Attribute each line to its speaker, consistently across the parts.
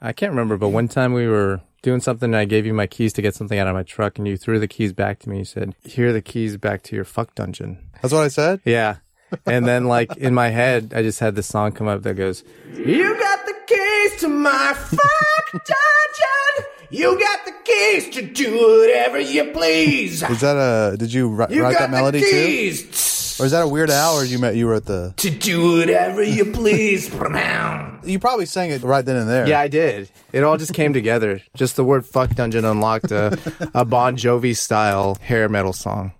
Speaker 1: I can't remember, but one time we were doing something and I gave you my keys to get something out of my truck and you threw the keys back to me. You said, Here are the keys back to your fuck dungeon.
Speaker 2: That's what I said.
Speaker 1: Yeah. And then, like, in my head, I just had this song come up that goes, You got the keys to my fuck dungeon. You got the keys to do whatever you please.
Speaker 2: Is that a? Did you write,
Speaker 1: You
Speaker 2: write
Speaker 1: got
Speaker 2: that melody
Speaker 1: the
Speaker 2: too?
Speaker 1: keys
Speaker 2: Or is that a Weird Al? Or you met you wrote the?
Speaker 1: to do whatever you please. yeah,
Speaker 2: You probably sang it right then and there.
Speaker 1: I did. It all just came together. Just the word fuck dungeon unlocked a, a Bon Jovi style hair metal song.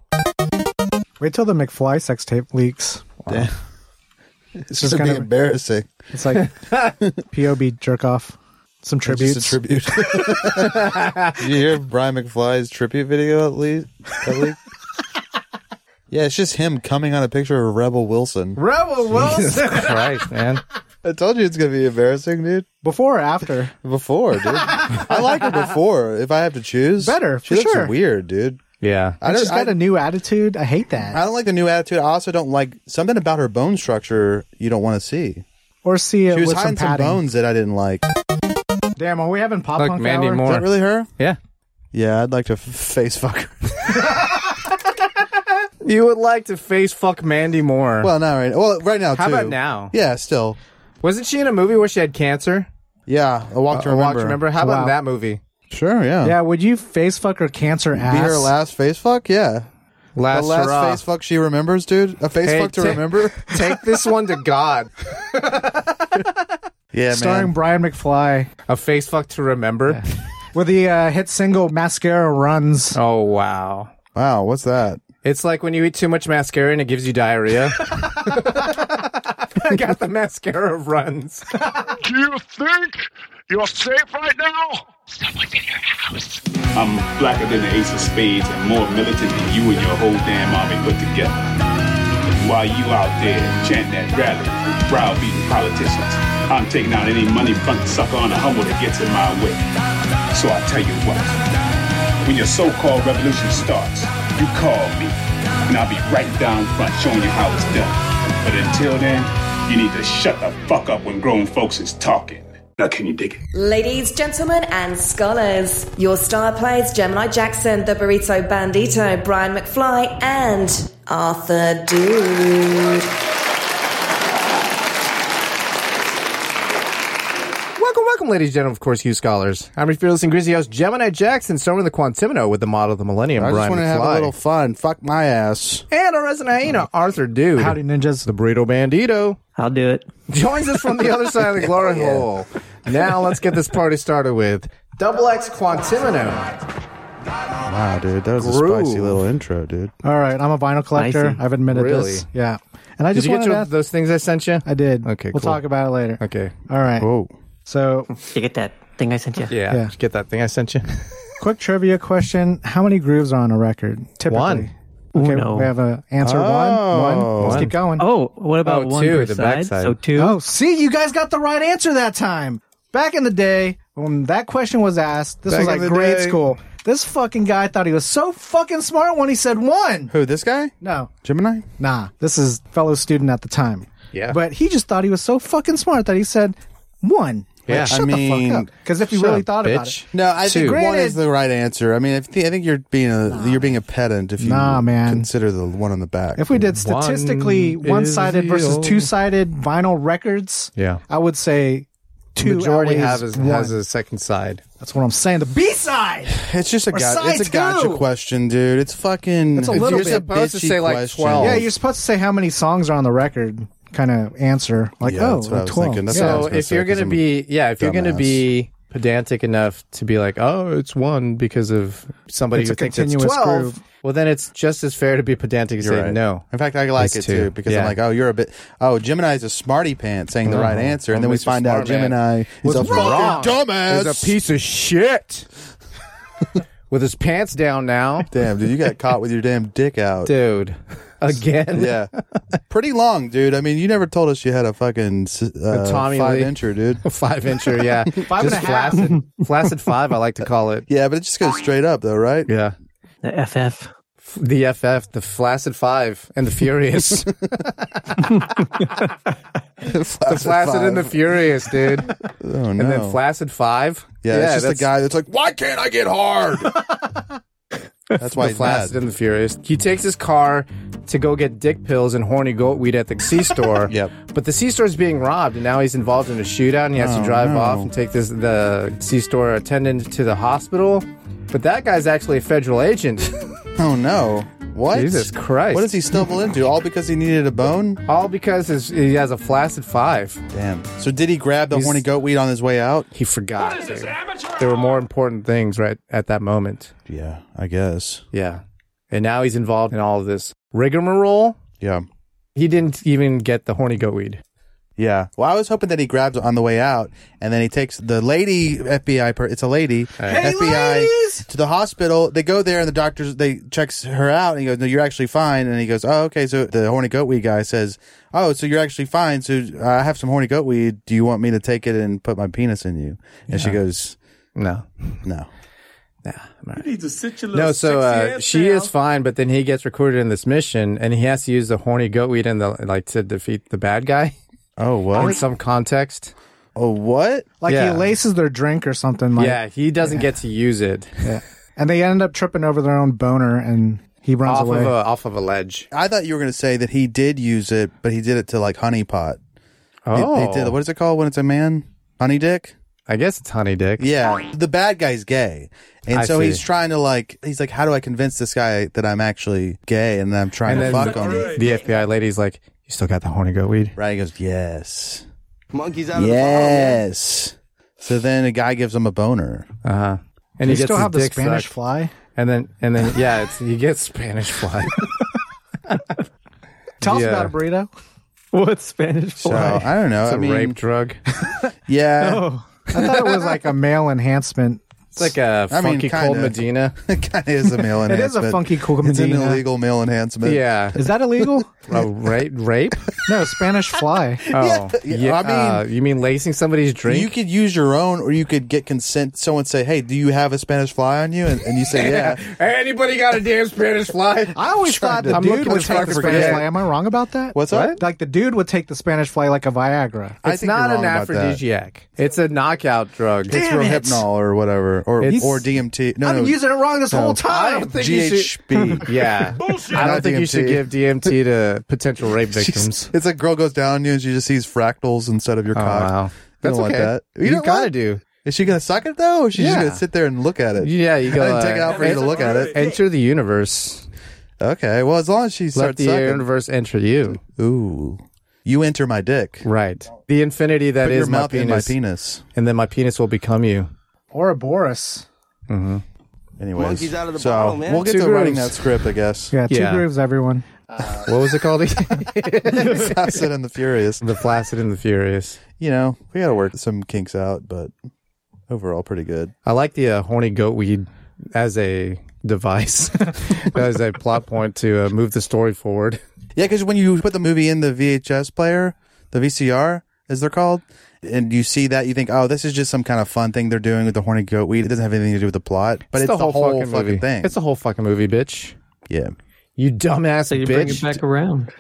Speaker 3: Wait till the McFly sex tape leaks.
Speaker 2: it's just
Speaker 3: It's
Speaker 2: gonna be
Speaker 3: kind of-
Speaker 2: embarrassing.
Speaker 3: It's like POB jerk off. Some tributes.
Speaker 2: Just a tribute. Did you hear Brian McFly's tribute video at least? At least? yeah, it's just him coming on a picture of Rebel Wilson.
Speaker 1: Rebel Wilson. Christ, man.
Speaker 2: I told you it's gonna be embarrassing, dude.
Speaker 3: Before or after?
Speaker 2: Before, dude. I like her before. If I have to choose,
Speaker 3: Better,
Speaker 2: She
Speaker 3: for
Speaker 2: looks
Speaker 3: sure.
Speaker 2: weird, dude.
Speaker 1: Yeah.
Speaker 2: I
Speaker 3: She's
Speaker 2: don't. I,
Speaker 3: got a new attitude. I hate that.
Speaker 2: I don't like the new attitude. I also don't like something about her bone structure. You don't want to see.
Speaker 3: or see it
Speaker 2: She was
Speaker 3: with some
Speaker 2: hiding some
Speaker 3: padding.
Speaker 2: bones that I didn't like. Is
Speaker 3: Damn, are we having pop
Speaker 1: Look,
Speaker 3: punk
Speaker 1: Mandy
Speaker 3: hour?
Speaker 1: Moore.
Speaker 2: that really her?
Speaker 1: Yeah.
Speaker 2: Yeah, I'd like to f- face fuck her.
Speaker 1: You would like to face fuck Mandy Moore.
Speaker 2: Well, not right. Well, right now
Speaker 1: How
Speaker 2: too.
Speaker 1: about now?
Speaker 2: Yeah, still.
Speaker 1: Wasn't she in a movie where she had cancer?
Speaker 2: Yeah, Uh, a walk to
Speaker 1: Or
Speaker 2: remember.
Speaker 1: Uh, Watch, remember? How about
Speaker 3: Wow.
Speaker 1: that movie?
Speaker 2: Sure, yeah.
Speaker 3: Yeah, would you face fuck her cancer ass?
Speaker 2: Be her last face fuck. Yeah,
Speaker 1: Last,
Speaker 2: the last
Speaker 1: Hurrah.
Speaker 2: face fuck she remembers, dude. A face
Speaker 1: Hey,
Speaker 2: fuck to
Speaker 1: ta-
Speaker 2: remember.
Speaker 1: Take this one to God.
Speaker 2: Yeah,
Speaker 3: Starring
Speaker 2: man.
Speaker 3: Brian McFly
Speaker 1: A face fuck to remember.
Speaker 3: with the uh, hit single Mascara Runs.
Speaker 1: Oh wow.
Speaker 2: Wow, what's that?
Speaker 1: It's like when you eat too much mascara and it gives you diarrhea. I got the mascara runs.
Speaker 4: Do you think you're safe right now?
Speaker 5: Someone's in your house.
Speaker 6: I'm blacker than the ace of spades and more militant than you and your whole damn army put together. While you out there chanting that rally, browbeating politicians, I'm taking out any money bunk sucker on the humble that gets in my way. So I tell you what, when your so-called revolution starts, you call me, and I'll be right down front showing you how it's done. But until then, you need to shut the fuck up when grown folks is talking. Now can you dig it?
Speaker 7: Ladies, gentlemen, and scholars, your star players Gemini Jackson, the Burrito Bandito, Brian McFly, and Arthur Dude.
Speaker 1: Welcome, welcome, ladies and gentlemen, of course, you scholars. I'm your fearless and grizzy host, Gemini Jackson, storming the Quantimino with the model of the millennium,
Speaker 2: I just
Speaker 1: Brian
Speaker 2: want to have a
Speaker 1: McFly.
Speaker 2: little fun. Fuck my ass.
Speaker 1: and our resident hyena, Arthur Dude.
Speaker 3: Howdy ninjas.
Speaker 1: the burrito bandito
Speaker 8: I'll do it.
Speaker 1: joins us from the other side of the glory hole. Now let's get this party started with Double X Quantimino.
Speaker 2: Wow, dude, that was a
Speaker 1: Groove.
Speaker 2: spicy little intro, dude.
Speaker 3: All right, I'm a vinyl collector.
Speaker 8: Icy.
Speaker 3: I've admitted
Speaker 1: Really?
Speaker 3: this. Yeah, and I
Speaker 1: Did
Speaker 3: just
Speaker 1: you get
Speaker 3: wanted
Speaker 1: your,
Speaker 3: to. ask-
Speaker 1: those things I sent you?
Speaker 3: I did.
Speaker 1: Okay,
Speaker 3: we'll
Speaker 1: cool.
Speaker 3: talk about it later.
Speaker 1: Okay.
Speaker 3: All right.
Speaker 2: Whoa.
Speaker 3: So,
Speaker 8: You get that thing I sent you?
Speaker 1: Yeah.
Speaker 3: Yeah.
Speaker 1: Get that thing I sent you.
Speaker 3: quick trivia question: How many grooves are on a record? Typically,
Speaker 1: One.
Speaker 3: Okay,
Speaker 8: Uno.
Speaker 3: we have a answer. one. One. Let's
Speaker 1: One.
Speaker 3: keep going.
Speaker 8: Oh, what about
Speaker 1: Oh,
Speaker 8: one
Speaker 1: two,
Speaker 8: per
Speaker 1: the
Speaker 8: side?
Speaker 1: backside.
Speaker 8: So two.
Speaker 3: Oh, see, you guys got the right answer that time. Back in the day, when that question was asked, this
Speaker 2: Back
Speaker 3: was
Speaker 2: in
Speaker 3: like
Speaker 2: the
Speaker 3: grade
Speaker 2: day.
Speaker 3: school. This fucking guy thought he was so fucking smart when he said one.
Speaker 2: Who? This guy?
Speaker 3: No,
Speaker 2: Gemini?
Speaker 3: nah, this is fellow student at the time.
Speaker 1: Yeah.
Speaker 3: But he just thought he was so fucking smart that he said one.
Speaker 1: Yeah.
Speaker 3: Like, shut
Speaker 2: I mean,
Speaker 3: the fuck up. Because if you
Speaker 1: shut
Speaker 3: really
Speaker 1: up,
Speaker 3: thought about
Speaker 1: bitch.
Speaker 3: it,
Speaker 2: No, I think
Speaker 1: Two.
Speaker 2: one
Speaker 3: Granted-
Speaker 2: is the right answer. I mean, I, thi- I think you're being a you're being a pedant if you
Speaker 3: Nah, man.
Speaker 2: consider the one on the back.
Speaker 3: if we did statistically
Speaker 1: One
Speaker 3: one sided
Speaker 1: is
Speaker 3: versus
Speaker 1: the-
Speaker 3: two sided vinyl records,
Speaker 1: Yeah.
Speaker 3: I would say two
Speaker 1: Majority
Speaker 3: outweighs
Speaker 1: have is,
Speaker 3: one.
Speaker 1: has a second side.
Speaker 3: That's what I'm saying. The B side.
Speaker 2: it's just a
Speaker 3: Or
Speaker 2: gotcha, it's a
Speaker 3: side
Speaker 2: gotcha
Speaker 3: two.
Speaker 2: question, dude. It's fucking.
Speaker 3: It's a little
Speaker 2: just
Speaker 3: bit.
Speaker 1: Supposed to say, like, 12.
Speaker 3: Yeah, you're supposed to say how many songs are on the record, kind of answer. Like,
Speaker 2: Yeah,
Speaker 3: oh,
Speaker 2: that's what I was
Speaker 3: 12.
Speaker 2: thinking. That's
Speaker 3: yeah.
Speaker 2: what I
Speaker 1: So
Speaker 2: was gonna
Speaker 1: if
Speaker 2: say,
Speaker 1: you're
Speaker 2: 'cause
Speaker 1: gonna
Speaker 2: I'm
Speaker 1: be, yeah, if you're gonna
Speaker 2: dumbass.
Speaker 1: be pedantic enough to be like, oh, it's one because of somebody
Speaker 3: It's
Speaker 1: who
Speaker 3: a
Speaker 1: thinks it's
Speaker 3: continuous
Speaker 1: twelve,
Speaker 3: groove.
Speaker 1: well, then it's just as fair to be pedantic to
Speaker 2: You're
Speaker 1: say
Speaker 2: right.
Speaker 1: no.
Speaker 2: In fact, I like
Speaker 1: It's
Speaker 2: it
Speaker 1: two.
Speaker 2: too because I'm
Speaker 1: Yeah.
Speaker 2: like, oh, you're a bit. Oh, Gemini's a smarty pants saying the right answer, and
Speaker 1: Oh,
Speaker 2: then we
Speaker 1: Mr.
Speaker 2: find out
Speaker 1: Smart Man
Speaker 2: Gemini is
Speaker 1: was
Speaker 2: a
Speaker 1: wrong.
Speaker 2: fucking dumbass.
Speaker 1: He's a piece of shit with his pants down now,
Speaker 2: Damn, dude, you got caught with your damn dick out.
Speaker 1: dude. Again,
Speaker 2: Yeah, pretty long, dude. I mean, you never told us you had a fucking s- uh,
Speaker 1: Tommy
Speaker 2: five
Speaker 1: Lee.
Speaker 2: incher, dude.
Speaker 1: five incher, yeah,
Speaker 3: Five and
Speaker 1: just
Speaker 3: a half.
Speaker 1: flaccid, flaccid five. I like to call it.
Speaker 2: Yeah, but it just goes straight up though, right?
Speaker 1: Yeah,
Speaker 8: The FF.
Speaker 1: the FF, the flaccid five, and the furious.
Speaker 2: Flaccid
Speaker 1: Flaccid and the
Speaker 2: Five.
Speaker 1: Furious, dude. and
Speaker 2: Oh, no.
Speaker 1: then Flaccid Five.
Speaker 2: yeah, it's just
Speaker 1: that's
Speaker 2: the guy that's like, why can't I get hard? that's why
Speaker 1: The
Speaker 2: he's
Speaker 1: Flaccid
Speaker 2: mad.
Speaker 1: and the Furious. He takes his car to go get dick pills and horny goat weed at the C store.
Speaker 2: Yep.
Speaker 1: But the C store is being robbed, and now he's involved in a shootout, and he has
Speaker 2: Oh,
Speaker 1: to drive
Speaker 2: no.
Speaker 1: off and take this the C store attendant to the hospital. But that guy's actually a federal agent.
Speaker 2: Oh no! What?
Speaker 1: Jesus Christ.
Speaker 2: What does he stumble into? All because he needed a bone?
Speaker 1: All because his, he has a flaccid five.
Speaker 2: Damn. So did he grab the
Speaker 1: He's-
Speaker 2: horny goat weed on his way out?
Speaker 1: He forgot. dude. there were more important things right at that moment.
Speaker 2: Yeah, I guess.
Speaker 1: Yeah. And now he's involved in all of this rigmarole.
Speaker 2: Yeah.
Speaker 1: He didn't even get the horny goat weed.
Speaker 2: Yeah. Well, I was hoping that he grabs it on the way out, and then he takes the lady FBI. Per- it's a lady FBI to the hospital. They go there, and the doctors they checks her out, and he goes, "No, you're actually fine." And he goes, "Oh, okay." So the horny goat weed guy says, "Oh, so you're actually fine. So uh, I have some horny goat weed. Do you want me to take it and put my penis in you?" And she goes,
Speaker 1: No.
Speaker 2: "No."
Speaker 1: No, so uh, she is fine, but then he gets recruited in this mission and he has to use the horny goat weed and the like to defeat the bad guy
Speaker 2: Oh
Speaker 1: in
Speaker 2: what?
Speaker 1: some context.
Speaker 2: Oh what?
Speaker 3: Like
Speaker 1: Yeah.
Speaker 3: he laces their drink or something. Like,
Speaker 1: yeah, he doesn't get to use it
Speaker 3: And they end up tripping over their own boner and he runs
Speaker 1: off
Speaker 3: away.
Speaker 1: of a off of a ledge.
Speaker 2: I thought you were going to say that he did use it, but he did it to like honeypot. He-
Speaker 1: Oh,
Speaker 2: he did, what is it called when it's a man? Honey dick?
Speaker 1: I guess it's honey dick.
Speaker 2: Yeah, the bad guy's gay, and
Speaker 1: I
Speaker 2: so
Speaker 1: see.
Speaker 2: he's trying to like he's like, how do I convince this guy that I'm actually gay and that I'm trying
Speaker 1: And
Speaker 2: to
Speaker 1: then
Speaker 2: fuck
Speaker 1: the,
Speaker 2: him?
Speaker 1: the FBI lady's like, "You still got the horny goat weed?"
Speaker 2: Right? He goes, yes,
Speaker 9: Monkeys out of the bottle. man.
Speaker 2: yes. So then a guy gives him a boner.
Speaker 1: Uh huh. And
Speaker 3: you
Speaker 1: he gets
Speaker 3: still
Speaker 1: his
Speaker 3: have the
Speaker 1: dick
Speaker 3: Spanish
Speaker 1: sucked.
Speaker 3: fly.
Speaker 1: And then and then yeah, it's, he gets Spanish fly.
Speaker 3: Tell
Speaker 1: Yeah.
Speaker 3: us about a burrito.
Speaker 8: What's Spanish
Speaker 2: So
Speaker 8: fly?
Speaker 2: I don't know.
Speaker 1: It's
Speaker 2: I
Speaker 1: a
Speaker 2: mean,
Speaker 1: rape Oh. drug.
Speaker 2: yeah,
Speaker 3: I thought it was like a male enhancement.
Speaker 1: It's like a
Speaker 2: I mean,
Speaker 1: funky cold
Speaker 2: kinda.
Speaker 1: Medina.
Speaker 2: it kind of is a male
Speaker 3: It
Speaker 2: enhancement.
Speaker 3: is a funky cool
Speaker 2: It's an
Speaker 3: Medina.
Speaker 2: illegal male enhancement.
Speaker 1: Yeah.
Speaker 3: Is that illegal?
Speaker 1: Oh, rape? Rape?
Speaker 3: no, Spanish fly.
Speaker 1: Oh,
Speaker 2: Yeah, yeah, I mean-
Speaker 1: uh, you mean lacing somebody's drink?
Speaker 2: You could use your own, or you could get consent. Someone say, "Hey, do you have a Spanish fly on you?" And, and you say, "Yeah."
Speaker 1: Hey, anybody got a damn Spanish fly?
Speaker 3: I always thought the
Speaker 1: I'm
Speaker 3: dude
Speaker 1: looking
Speaker 3: would
Speaker 1: to
Speaker 3: take
Speaker 1: fuck
Speaker 3: the
Speaker 1: for
Speaker 3: Spanish
Speaker 1: gay.
Speaker 3: fly. Am I wrong about that?
Speaker 2: What's up?
Speaker 3: Like the dude would take the Spanish fly like a Viagra.
Speaker 2: I
Speaker 1: It's
Speaker 2: think you're
Speaker 1: not
Speaker 2: wrong
Speaker 1: an
Speaker 2: about that.
Speaker 1: aphrodisiac. It's a knockout drug.
Speaker 2: It's Rohypnol or whatever, or
Speaker 1: It's-
Speaker 2: or DMT. No,
Speaker 3: I've
Speaker 2: no,
Speaker 3: been using it wrong this whole
Speaker 1: I
Speaker 3: time.
Speaker 1: don't think you should-
Speaker 2: GHB.
Speaker 1: Yeah. I don't
Speaker 2: Not
Speaker 1: think you should
Speaker 2: DMT.
Speaker 1: give DMT to potential rape
Speaker 2: She's-
Speaker 1: victims.
Speaker 2: It's like girl goes down on you and she just sees fractals instead of your
Speaker 1: Oh,
Speaker 2: cock.
Speaker 1: wow.
Speaker 2: You
Speaker 1: That's
Speaker 2: don't
Speaker 1: okay.
Speaker 2: want that.
Speaker 1: You,
Speaker 2: don't
Speaker 1: gotta
Speaker 2: want-
Speaker 1: do.
Speaker 2: Is she gonna suck it though, or she's
Speaker 1: Yeah.
Speaker 2: just gonna sit there and look at it?
Speaker 1: Yeah, you uh,
Speaker 2: and
Speaker 1: gotta
Speaker 2: then take it out for you to look at it.
Speaker 1: Enter the universe.
Speaker 2: Okay, well as long as she
Speaker 1: Let
Speaker 2: starts
Speaker 1: the
Speaker 2: sucking,
Speaker 1: universe enter you.
Speaker 2: ooh, you enter my dick.
Speaker 1: Right. The infinity that
Speaker 2: Put
Speaker 1: is
Speaker 2: your mouth
Speaker 1: my,
Speaker 2: in
Speaker 1: penis,
Speaker 2: my penis.
Speaker 1: And then my penis will become you.
Speaker 3: Ouroboros.
Speaker 2: Anyways,
Speaker 9: Monkeys out of the
Speaker 2: so
Speaker 9: bottle, man.
Speaker 2: we'll get
Speaker 1: Two
Speaker 2: to writing
Speaker 1: grooves.
Speaker 2: that script, I guess.
Speaker 3: Yeah, two
Speaker 1: Yeah.
Speaker 3: grooves, everyone.
Speaker 1: What was it called? again?
Speaker 2: Acid and the Furious.
Speaker 1: the Flaccid and the Furious.
Speaker 2: You know, we gotta work some kinks out, but overall pretty good.
Speaker 1: I like the uh, horny goat weed as a device, as a plot point to uh, move the story forward.
Speaker 2: Yeah, because when you put the movie in the VHS player, the VCR, as they're called, and you see that, you think, oh, this is just some kind of fun thing they're doing with the horny goat weed. It doesn't have anything to do with the plot, but it's, the, whole, fucking,
Speaker 1: movie.
Speaker 2: thing.
Speaker 1: It's the whole fucking movie, bitch.
Speaker 2: yeah.
Speaker 1: You dumbass
Speaker 8: So you bring
Speaker 1: bitch.
Speaker 8: it back around.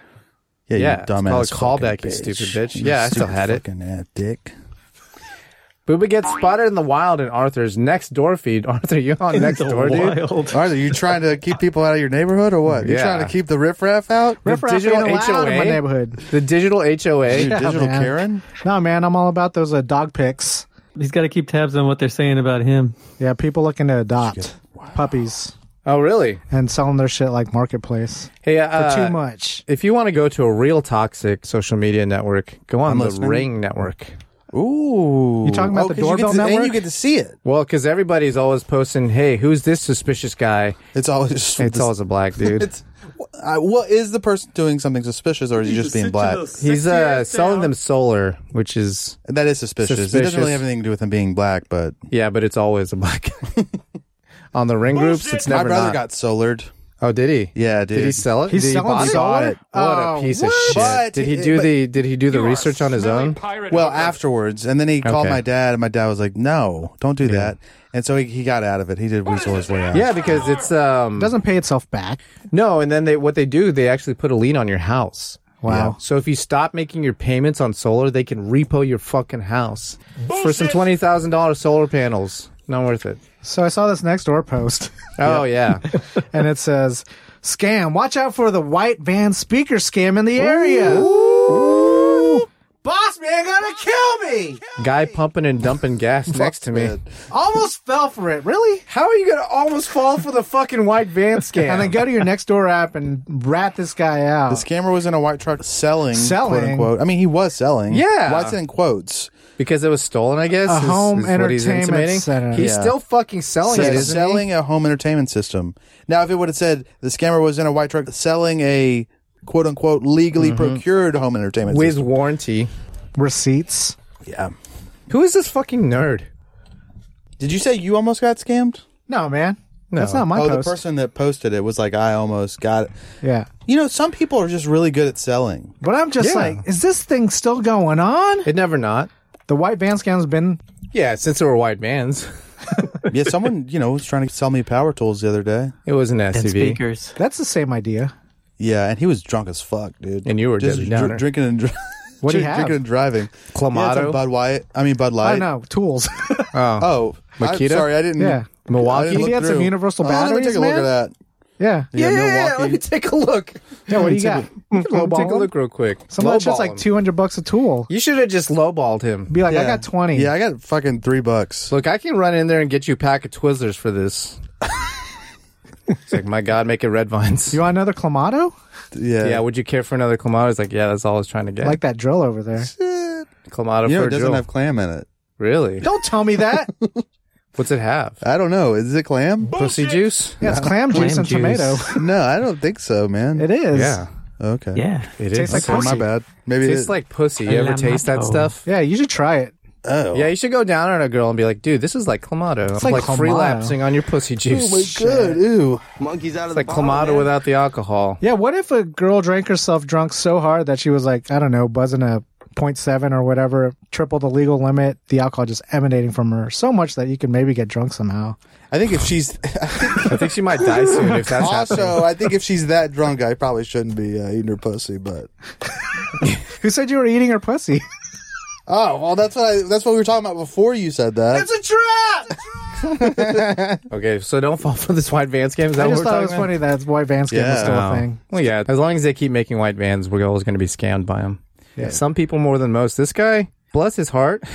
Speaker 2: Yeah,
Speaker 1: Yeah,
Speaker 2: you
Speaker 1: it's
Speaker 2: dumbass.
Speaker 1: called a
Speaker 2: fucking
Speaker 1: callback, you stupid bitch.
Speaker 2: You
Speaker 1: Yeah, I still
Speaker 2: stupid
Speaker 1: had it.
Speaker 2: Fucking uh, dick.
Speaker 1: Booba gets spotted in the wild in Arthur's next door feed. Arthur, you on next
Speaker 8: The
Speaker 1: door, dude?
Speaker 8: wild.
Speaker 2: Are you trying to keep people out of your neighborhood or what? You
Speaker 1: Yeah.
Speaker 2: trying to keep Oh, the riffraff out?
Speaker 3: Riff Raff
Speaker 1: digital
Speaker 3: ain't allowed in
Speaker 1: HOA?
Speaker 3: my neighborhood.
Speaker 1: The digital HOA.
Speaker 2: You digital
Speaker 3: man.
Speaker 2: Karen?
Speaker 3: No, man, I'm all about those uh, dog pics.
Speaker 8: He's got to keep tabs on what they're saying about him.
Speaker 3: Yeah, people looking to adopt puppies
Speaker 1: Oh, really?
Speaker 3: and selling their shit like marketplace
Speaker 1: Hey,
Speaker 3: for
Speaker 1: uh,
Speaker 3: too much.
Speaker 1: if you want to go to a real toxic social media network, go on
Speaker 2: I'm
Speaker 1: the
Speaker 2: listening.
Speaker 1: Ring network.
Speaker 2: Ooh.
Speaker 3: You talking about
Speaker 2: Oh,
Speaker 3: the
Speaker 2: 'cause you get
Speaker 3: doorbell
Speaker 2: to- And you
Speaker 3: network?
Speaker 2: get to see it.
Speaker 1: Well, because everybody's always posting, "Hey, who's this suspicious guy?"
Speaker 2: It's always.
Speaker 1: It's always a black dude.
Speaker 2: It's. I, well, is the person doing something suspicious, or is he just being black?
Speaker 1: He's uh, selling them solar, which is
Speaker 2: That is suspicious. It
Speaker 1: Suspicious.
Speaker 2: doesn't really have anything to do with him being black, but
Speaker 1: yeah, but it's always a black. guy. On the ring groups, it's never
Speaker 2: my brother
Speaker 1: not.
Speaker 2: got solared.
Speaker 1: oh, did he?
Speaker 2: Yeah,
Speaker 1: Did he
Speaker 2: dude.
Speaker 1: sell it?
Speaker 3: He's
Speaker 1: Did he
Speaker 3: selling
Speaker 1: buy
Speaker 3: solar?
Speaker 1: It? What a
Speaker 3: Oh,
Speaker 1: piece of
Speaker 3: what?
Speaker 1: shit!
Speaker 2: But-
Speaker 1: did he do
Speaker 2: but-
Speaker 1: the Did he do the research on his own?
Speaker 2: Well, afterwards, and then he called
Speaker 1: Okay.
Speaker 2: my dad, and my dad was like, "No, don't do that." And so he, he got out of it. He did weasel his way out.
Speaker 1: Yeah, because it's um
Speaker 3: Doesn't pay itself back.
Speaker 1: no, and then they what they do they actually put a lien on your house.
Speaker 3: Wow.
Speaker 1: So if you stop making your payments on solar, they can repo your fucking house for some twenty thousand dollars solar panels. Not worth it.
Speaker 3: So I saw this next door post,
Speaker 1: Oh yeah.
Speaker 3: and it says, "Scam! Watch out for the white van speaker scam in the area." Boss man gonna kill me!
Speaker 1: Guy pumping and dumping gas next to me.
Speaker 3: Almost fell for it, really?
Speaker 1: How are you gonna almost fall for the fucking white van scam?
Speaker 3: And then go to your next door app and rat this guy out.
Speaker 2: The scammer was in a white truck selling,
Speaker 3: Selling?
Speaker 2: quote unquote. I mean, he was selling.
Speaker 1: Yeah.
Speaker 2: Why is it in quotes?
Speaker 1: because it was stolen, I guess.
Speaker 3: A
Speaker 1: is-
Speaker 3: home
Speaker 1: is what he's
Speaker 3: entertainment
Speaker 1: intimating.
Speaker 3: center.
Speaker 1: He's
Speaker 2: Yeah.
Speaker 1: still fucking selling
Speaker 2: Said
Speaker 1: it, isn't he?
Speaker 2: selling a home entertainment system. Now, if it would have said the scammer was in a white truck selling a quote unquote legally procured home entertainment
Speaker 1: with
Speaker 2: system.
Speaker 1: warranty.
Speaker 3: Receipts.
Speaker 2: Yeah.
Speaker 1: Who is this fucking nerd?
Speaker 2: Did you say you almost got scammed?
Speaker 3: No, man. That's not my
Speaker 2: oh,
Speaker 3: post.
Speaker 2: the person that posted it was like, I almost got it.
Speaker 3: yeah.
Speaker 2: You know, some people are just really good at selling.
Speaker 3: But I'm just
Speaker 1: Yeah.
Speaker 3: like, is this thing still going on?
Speaker 1: It never not.
Speaker 3: The white van scam's been
Speaker 1: Yeah, since there were white vans,
Speaker 2: Yeah, someone, you know, was trying to sell me power tools the other day.
Speaker 1: it was an
Speaker 8: and
Speaker 1: SUV.
Speaker 8: speakers.
Speaker 3: that's the same idea.
Speaker 2: Yeah, and he was drunk as fuck, dude.
Speaker 1: And you were
Speaker 2: just
Speaker 1: Debbie Downer.
Speaker 2: drinking and dri-
Speaker 3: What'd he
Speaker 2: drink-
Speaker 3: have?
Speaker 2: drinking and driving. Yeah,
Speaker 1: Clamato?
Speaker 2: some Bud White. I mean Bud Light.
Speaker 3: I know, tools.
Speaker 2: Oh, I'm
Speaker 1: Makita?
Speaker 2: sorry, I didn't.
Speaker 3: Yeah.
Speaker 1: Milwaukee?
Speaker 2: I didn't
Speaker 1: He
Speaker 2: look
Speaker 3: had some
Speaker 2: through.
Speaker 3: universal
Speaker 2: Oh, let me
Speaker 3: batteries,
Speaker 2: take a look
Speaker 3: man.
Speaker 2: at that.
Speaker 3: yeah.
Speaker 2: Yeah, Milwaukee.
Speaker 1: let me take a look.
Speaker 3: Yeah, what do you got?
Speaker 1: Let me take a look real quick.
Speaker 3: Some of that shit's
Speaker 1: Lowball
Speaker 3: like
Speaker 1: him.
Speaker 3: 200 bucks a tool.
Speaker 1: You should have just lowballed him.
Speaker 3: Be like, I
Speaker 2: Yeah.
Speaker 3: got 20.
Speaker 2: Yeah, I got fucking three bucks.
Speaker 1: Look, I can run in there and get you a pack of Twizzlers for this. it's like, my God, make it red vines.
Speaker 3: You want another Clamato?
Speaker 2: Yeah,
Speaker 1: yeah, would you care for another Clamato? It's like, yeah, that's all I was trying to get.
Speaker 3: Like that drill over there.
Speaker 1: Clamato
Speaker 2: you Eh, know
Speaker 1: for
Speaker 2: it
Speaker 1: a
Speaker 2: doesn't
Speaker 1: drill.
Speaker 2: have clam in it.
Speaker 1: really?
Speaker 3: Don't tell me that.
Speaker 1: What's it have?
Speaker 2: I don't know. Is it clam?
Speaker 1: Pussy juice?
Speaker 3: Yeah, it's clam juice
Speaker 8: Clam
Speaker 3: and
Speaker 8: juice.
Speaker 3: tomato.
Speaker 2: no, I don't think so, man.
Speaker 3: It is.
Speaker 1: Yeah,
Speaker 2: Okay.
Speaker 8: Yeah.
Speaker 1: it is.
Speaker 3: Tastes like
Speaker 1: Okay,
Speaker 2: My
Speaker 3: pussy.
Speaker 2: bad. Maybe
Speaker 1: Tastes
Speaker 2: it-
Speaker 1: like pussy. You ever taste that
Speaker 8: Clamato.
Speaker 1: stuff?
Speaker 3: Yeah, you should try it.
Speaker 2: Oh.
Speaker 1: Yeah, you should go down on a girl and be like, dude, this is like Clamato. It's
Speaker 3: like
Speaker 1: like,
Speaker 3: Clamato.
Speaker 1: relapsing on your pussy
Speaker 2: Oh my
Speaker 1: juice.
Speaker 2: god. Ew.
Speaker 9: Monkeys out of
Speaker 6: It's
Speaker 1: It's like Clamato without the alcohol.
Speaker 3: Yeah, what if a girl drank herself drunk so hard that she was like, I don't know, buzzing a 0.7 or whatever, triple the legal limit, the alcohol just emanating from her so much that you could maybe get drunk somehow.
Speaker 2: I think if she's
Speaker 1: I think she might die soon if that's happening.
Speaker 2: also, I think if she's that drunk, I probably shouldn't be uh, eating her pussy. But
Speaker 3: Who said you were eating her pussy?
Speaker 2: oh well, that's what I, that's what we were talking about before you said that.
Speaker 3: a trap!
Speaker 1: Okay, so don't fall for this white van scam. Is that
Speaker 3: I
Speaker 1: what
Speaker 3: just
Speaker 1: we're
Speaker 3: thought it
Speaker 1: talking
Speaker 3: was
Speaker 1: about?
Speaker 3: funny that it's white van scam was
Speaker 2: Yeah.
Speaker 3: still
Speaker 1: Oh.
Speaker 3: a thing.
Speaker 1: Well, yeah. As long as they keep making white vans, we're always going to be scammed by them. Some people more than most. This guy, bless his heart,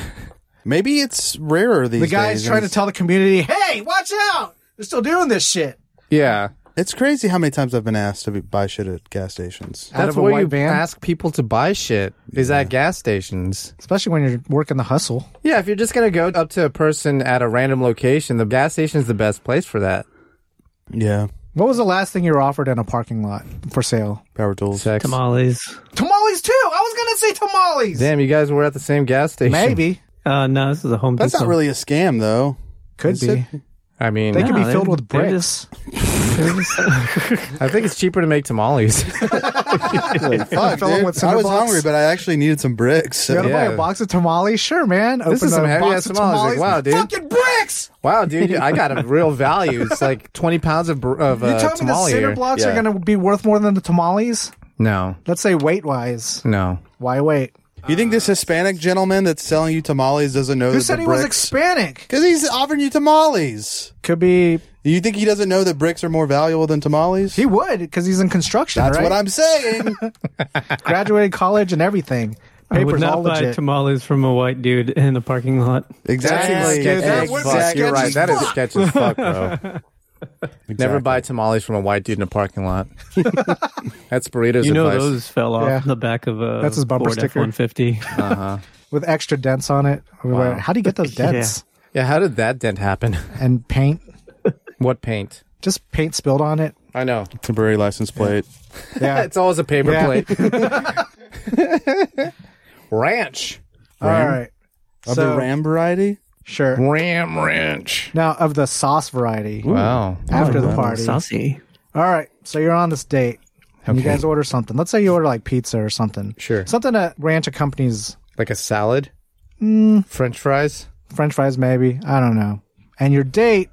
Speaker 2: Maybe it's rarer these
Speaker 3: The guy's
Speaker 2: days,
Speaker 3: trying
Speaker 2: and
Speaker 3: to tell the community, hey, watch out! They're still doing this shit.
Speaker 1: yeah.
Speaker 2: It's crazy how many times I've been asked to be- buy shit at gas stations.
Speaker 3: Out
Speaker 1: That's
Speaker 3: of a
Speaker 1: where
Speaker 3: white
Speaker 1: you
Speaker 3: van?
Speaker 1: ask people to buy shit is at gas stations.
Speaker 3: Especially when you're working the hustle.
Speaker 1: Yeah, if you're just going to go up to a person at a random location, the gas station's the best place for that.
Speaker 2: Yeah,
Speaker 3: What was the last thing you were offered in a parking lot for sale?
Speaker 2: power tools.
Speaker 1: Sex.
Speaker 8: Tamales.
Speaker 3: Tamales too! I was gonna say tamales!
Speaker 1: Damn, you guys were at the same gas station.
Speaker 3: Maybe.
Speaker 8: Uh, no, this is a home.
Speaker 2: That's not really a scam though.
Speaker 3: Could be.
Speaker 1: I mean,
Speaker 3: They could
Speaker 8: No,
Speaker 3: be filled
Speaker 8: they're-
Speaker 3: with
Speaker 8: they're
Speaker 3: bricks.
Speaker 1: I think it's cheaper to make tamales.
Speaker 2: Fuck,
Speaker 3: fill 'em
Speaker 2: dude.
Speaker 3: with
Speaker 2: I
Speaker 3: cinder
Speaker 2: was
Speaker 3: blocks.
Speaker 2: hungry, but I actually needed some bricks. So.
Speaker 3: You want to buy
Speaker 1: Yeah.
Speaker 3: a box of tamales? Sure, man. Open
Speaker 1: This is some
Speaker 3: a
Speaker 1: heavy
Speaker 3: box
Speaker 1: ass
Speaker 3: of
Speaker 1: tamales. Like, wow, dude.
Speaker 3: Fucking bricks!
Speaker 1: wow, dude, I got a real value. It's like 20 pounds of, br- of
Speaker 3: You
Speaker 1: uh,
Speaker 3: telling me the
Speaker 1: tamale
Speaker 3: cinder
Speaker 1: here.
Speaker 3: blocks are
Speaker 2: Yeah.
Speaker 3: going to be worth more than the tamales?
Speaker 1: No,
Speaker 3: Let's say weight wise.
Speaker 1: no.
Speaker 3: Why wait?
Speaker 2: You think this Hispanic gentleman that's selling you tamales doesn't know
Speaker 3: Who
Speaker 2: that
Speaker 3: said
Speaker 2: the
Speaker 3: he was
Speaker 2: bricks?
Speaker 3: Hispanic?
Speaker 2: Because he's offering you tamales.
Speaker 3: Could be.
Speaker 2: You think he doesn't know that bricks are more valuable than tamales?
Speaker 3: He would because he's in construction.
Speaker 2: That's
Speaker 3: right?
Speaker 2: what I'm saying.
Speaker 3: Graduated college and everything.
Speaker 8: I would
Speaker 3: Papers all
Speaker 8: not buy
Speaker 3: legit.
Speaker 8: tamales from a white dude in the parking lot.
Speaker 2: exactly.
Speaker 1: Sketchy
Speaker 3: that
Speaker 1: as
Speaker 3: would be
Speaker 1: fuck. You're
Speaker 3: sketchy
Speaker 1: right.
Speaker 3: as
Speaker 1: That is sketchy as fuck, bro. Never buy tamales from a white dude in a parking lot. That's burritos
Speaker 8: You know
Speaker 1: advice.
Speaker 8: those fell off
Speaker 3: Yeah.
Speaker 8: the back of a
Speaker 3: That's his bumper
Speaker 8: Ford
Speaker 3: sticker.
Speaker 8: F-150.
Speaker 3: With extra dents on it. Wait, How do you get those
Speaker 8: Yeah.
Speaker 3: dents?
Speaker 1: Yeah, how did that dent happen?
Speaker 3: And paint?
Speaker 1: what paint?
Speaker 3: Just paint spilled on it.
Speaker 1: I know.
Speaker 2: Temporary license plate.
Speaker 3: Yeah.
Speaker 1: It's always a paper
Speaker 3: Yeah.
Speaker 1: plate. ranch.
Speaker 3: all right.
Speaker 2: Of
Speaker 3: So-
Speaker 2: the ram variety?
Speaker 3: Sure.
Speaker 1: Ram ranch.
Speaker 3: Now, of the sauce variety
Speaker 1: Wow.
Speaker 3: after the party.
Speaker 8: Saucy.
Speaker 3: All right, so you're on this date. And You
Speaker 1: Okay.
Speaker 3: guys order something. Let's say you order like pizza or something.
Speaker 1: Sure.
Speaker 3: Something that ranch accompanies
Speaker 1: Like a salad?
Speaker 3: Mm.
Speaker 1: French fries?
Speaker 3: French fries, maybe. I don't know. And your date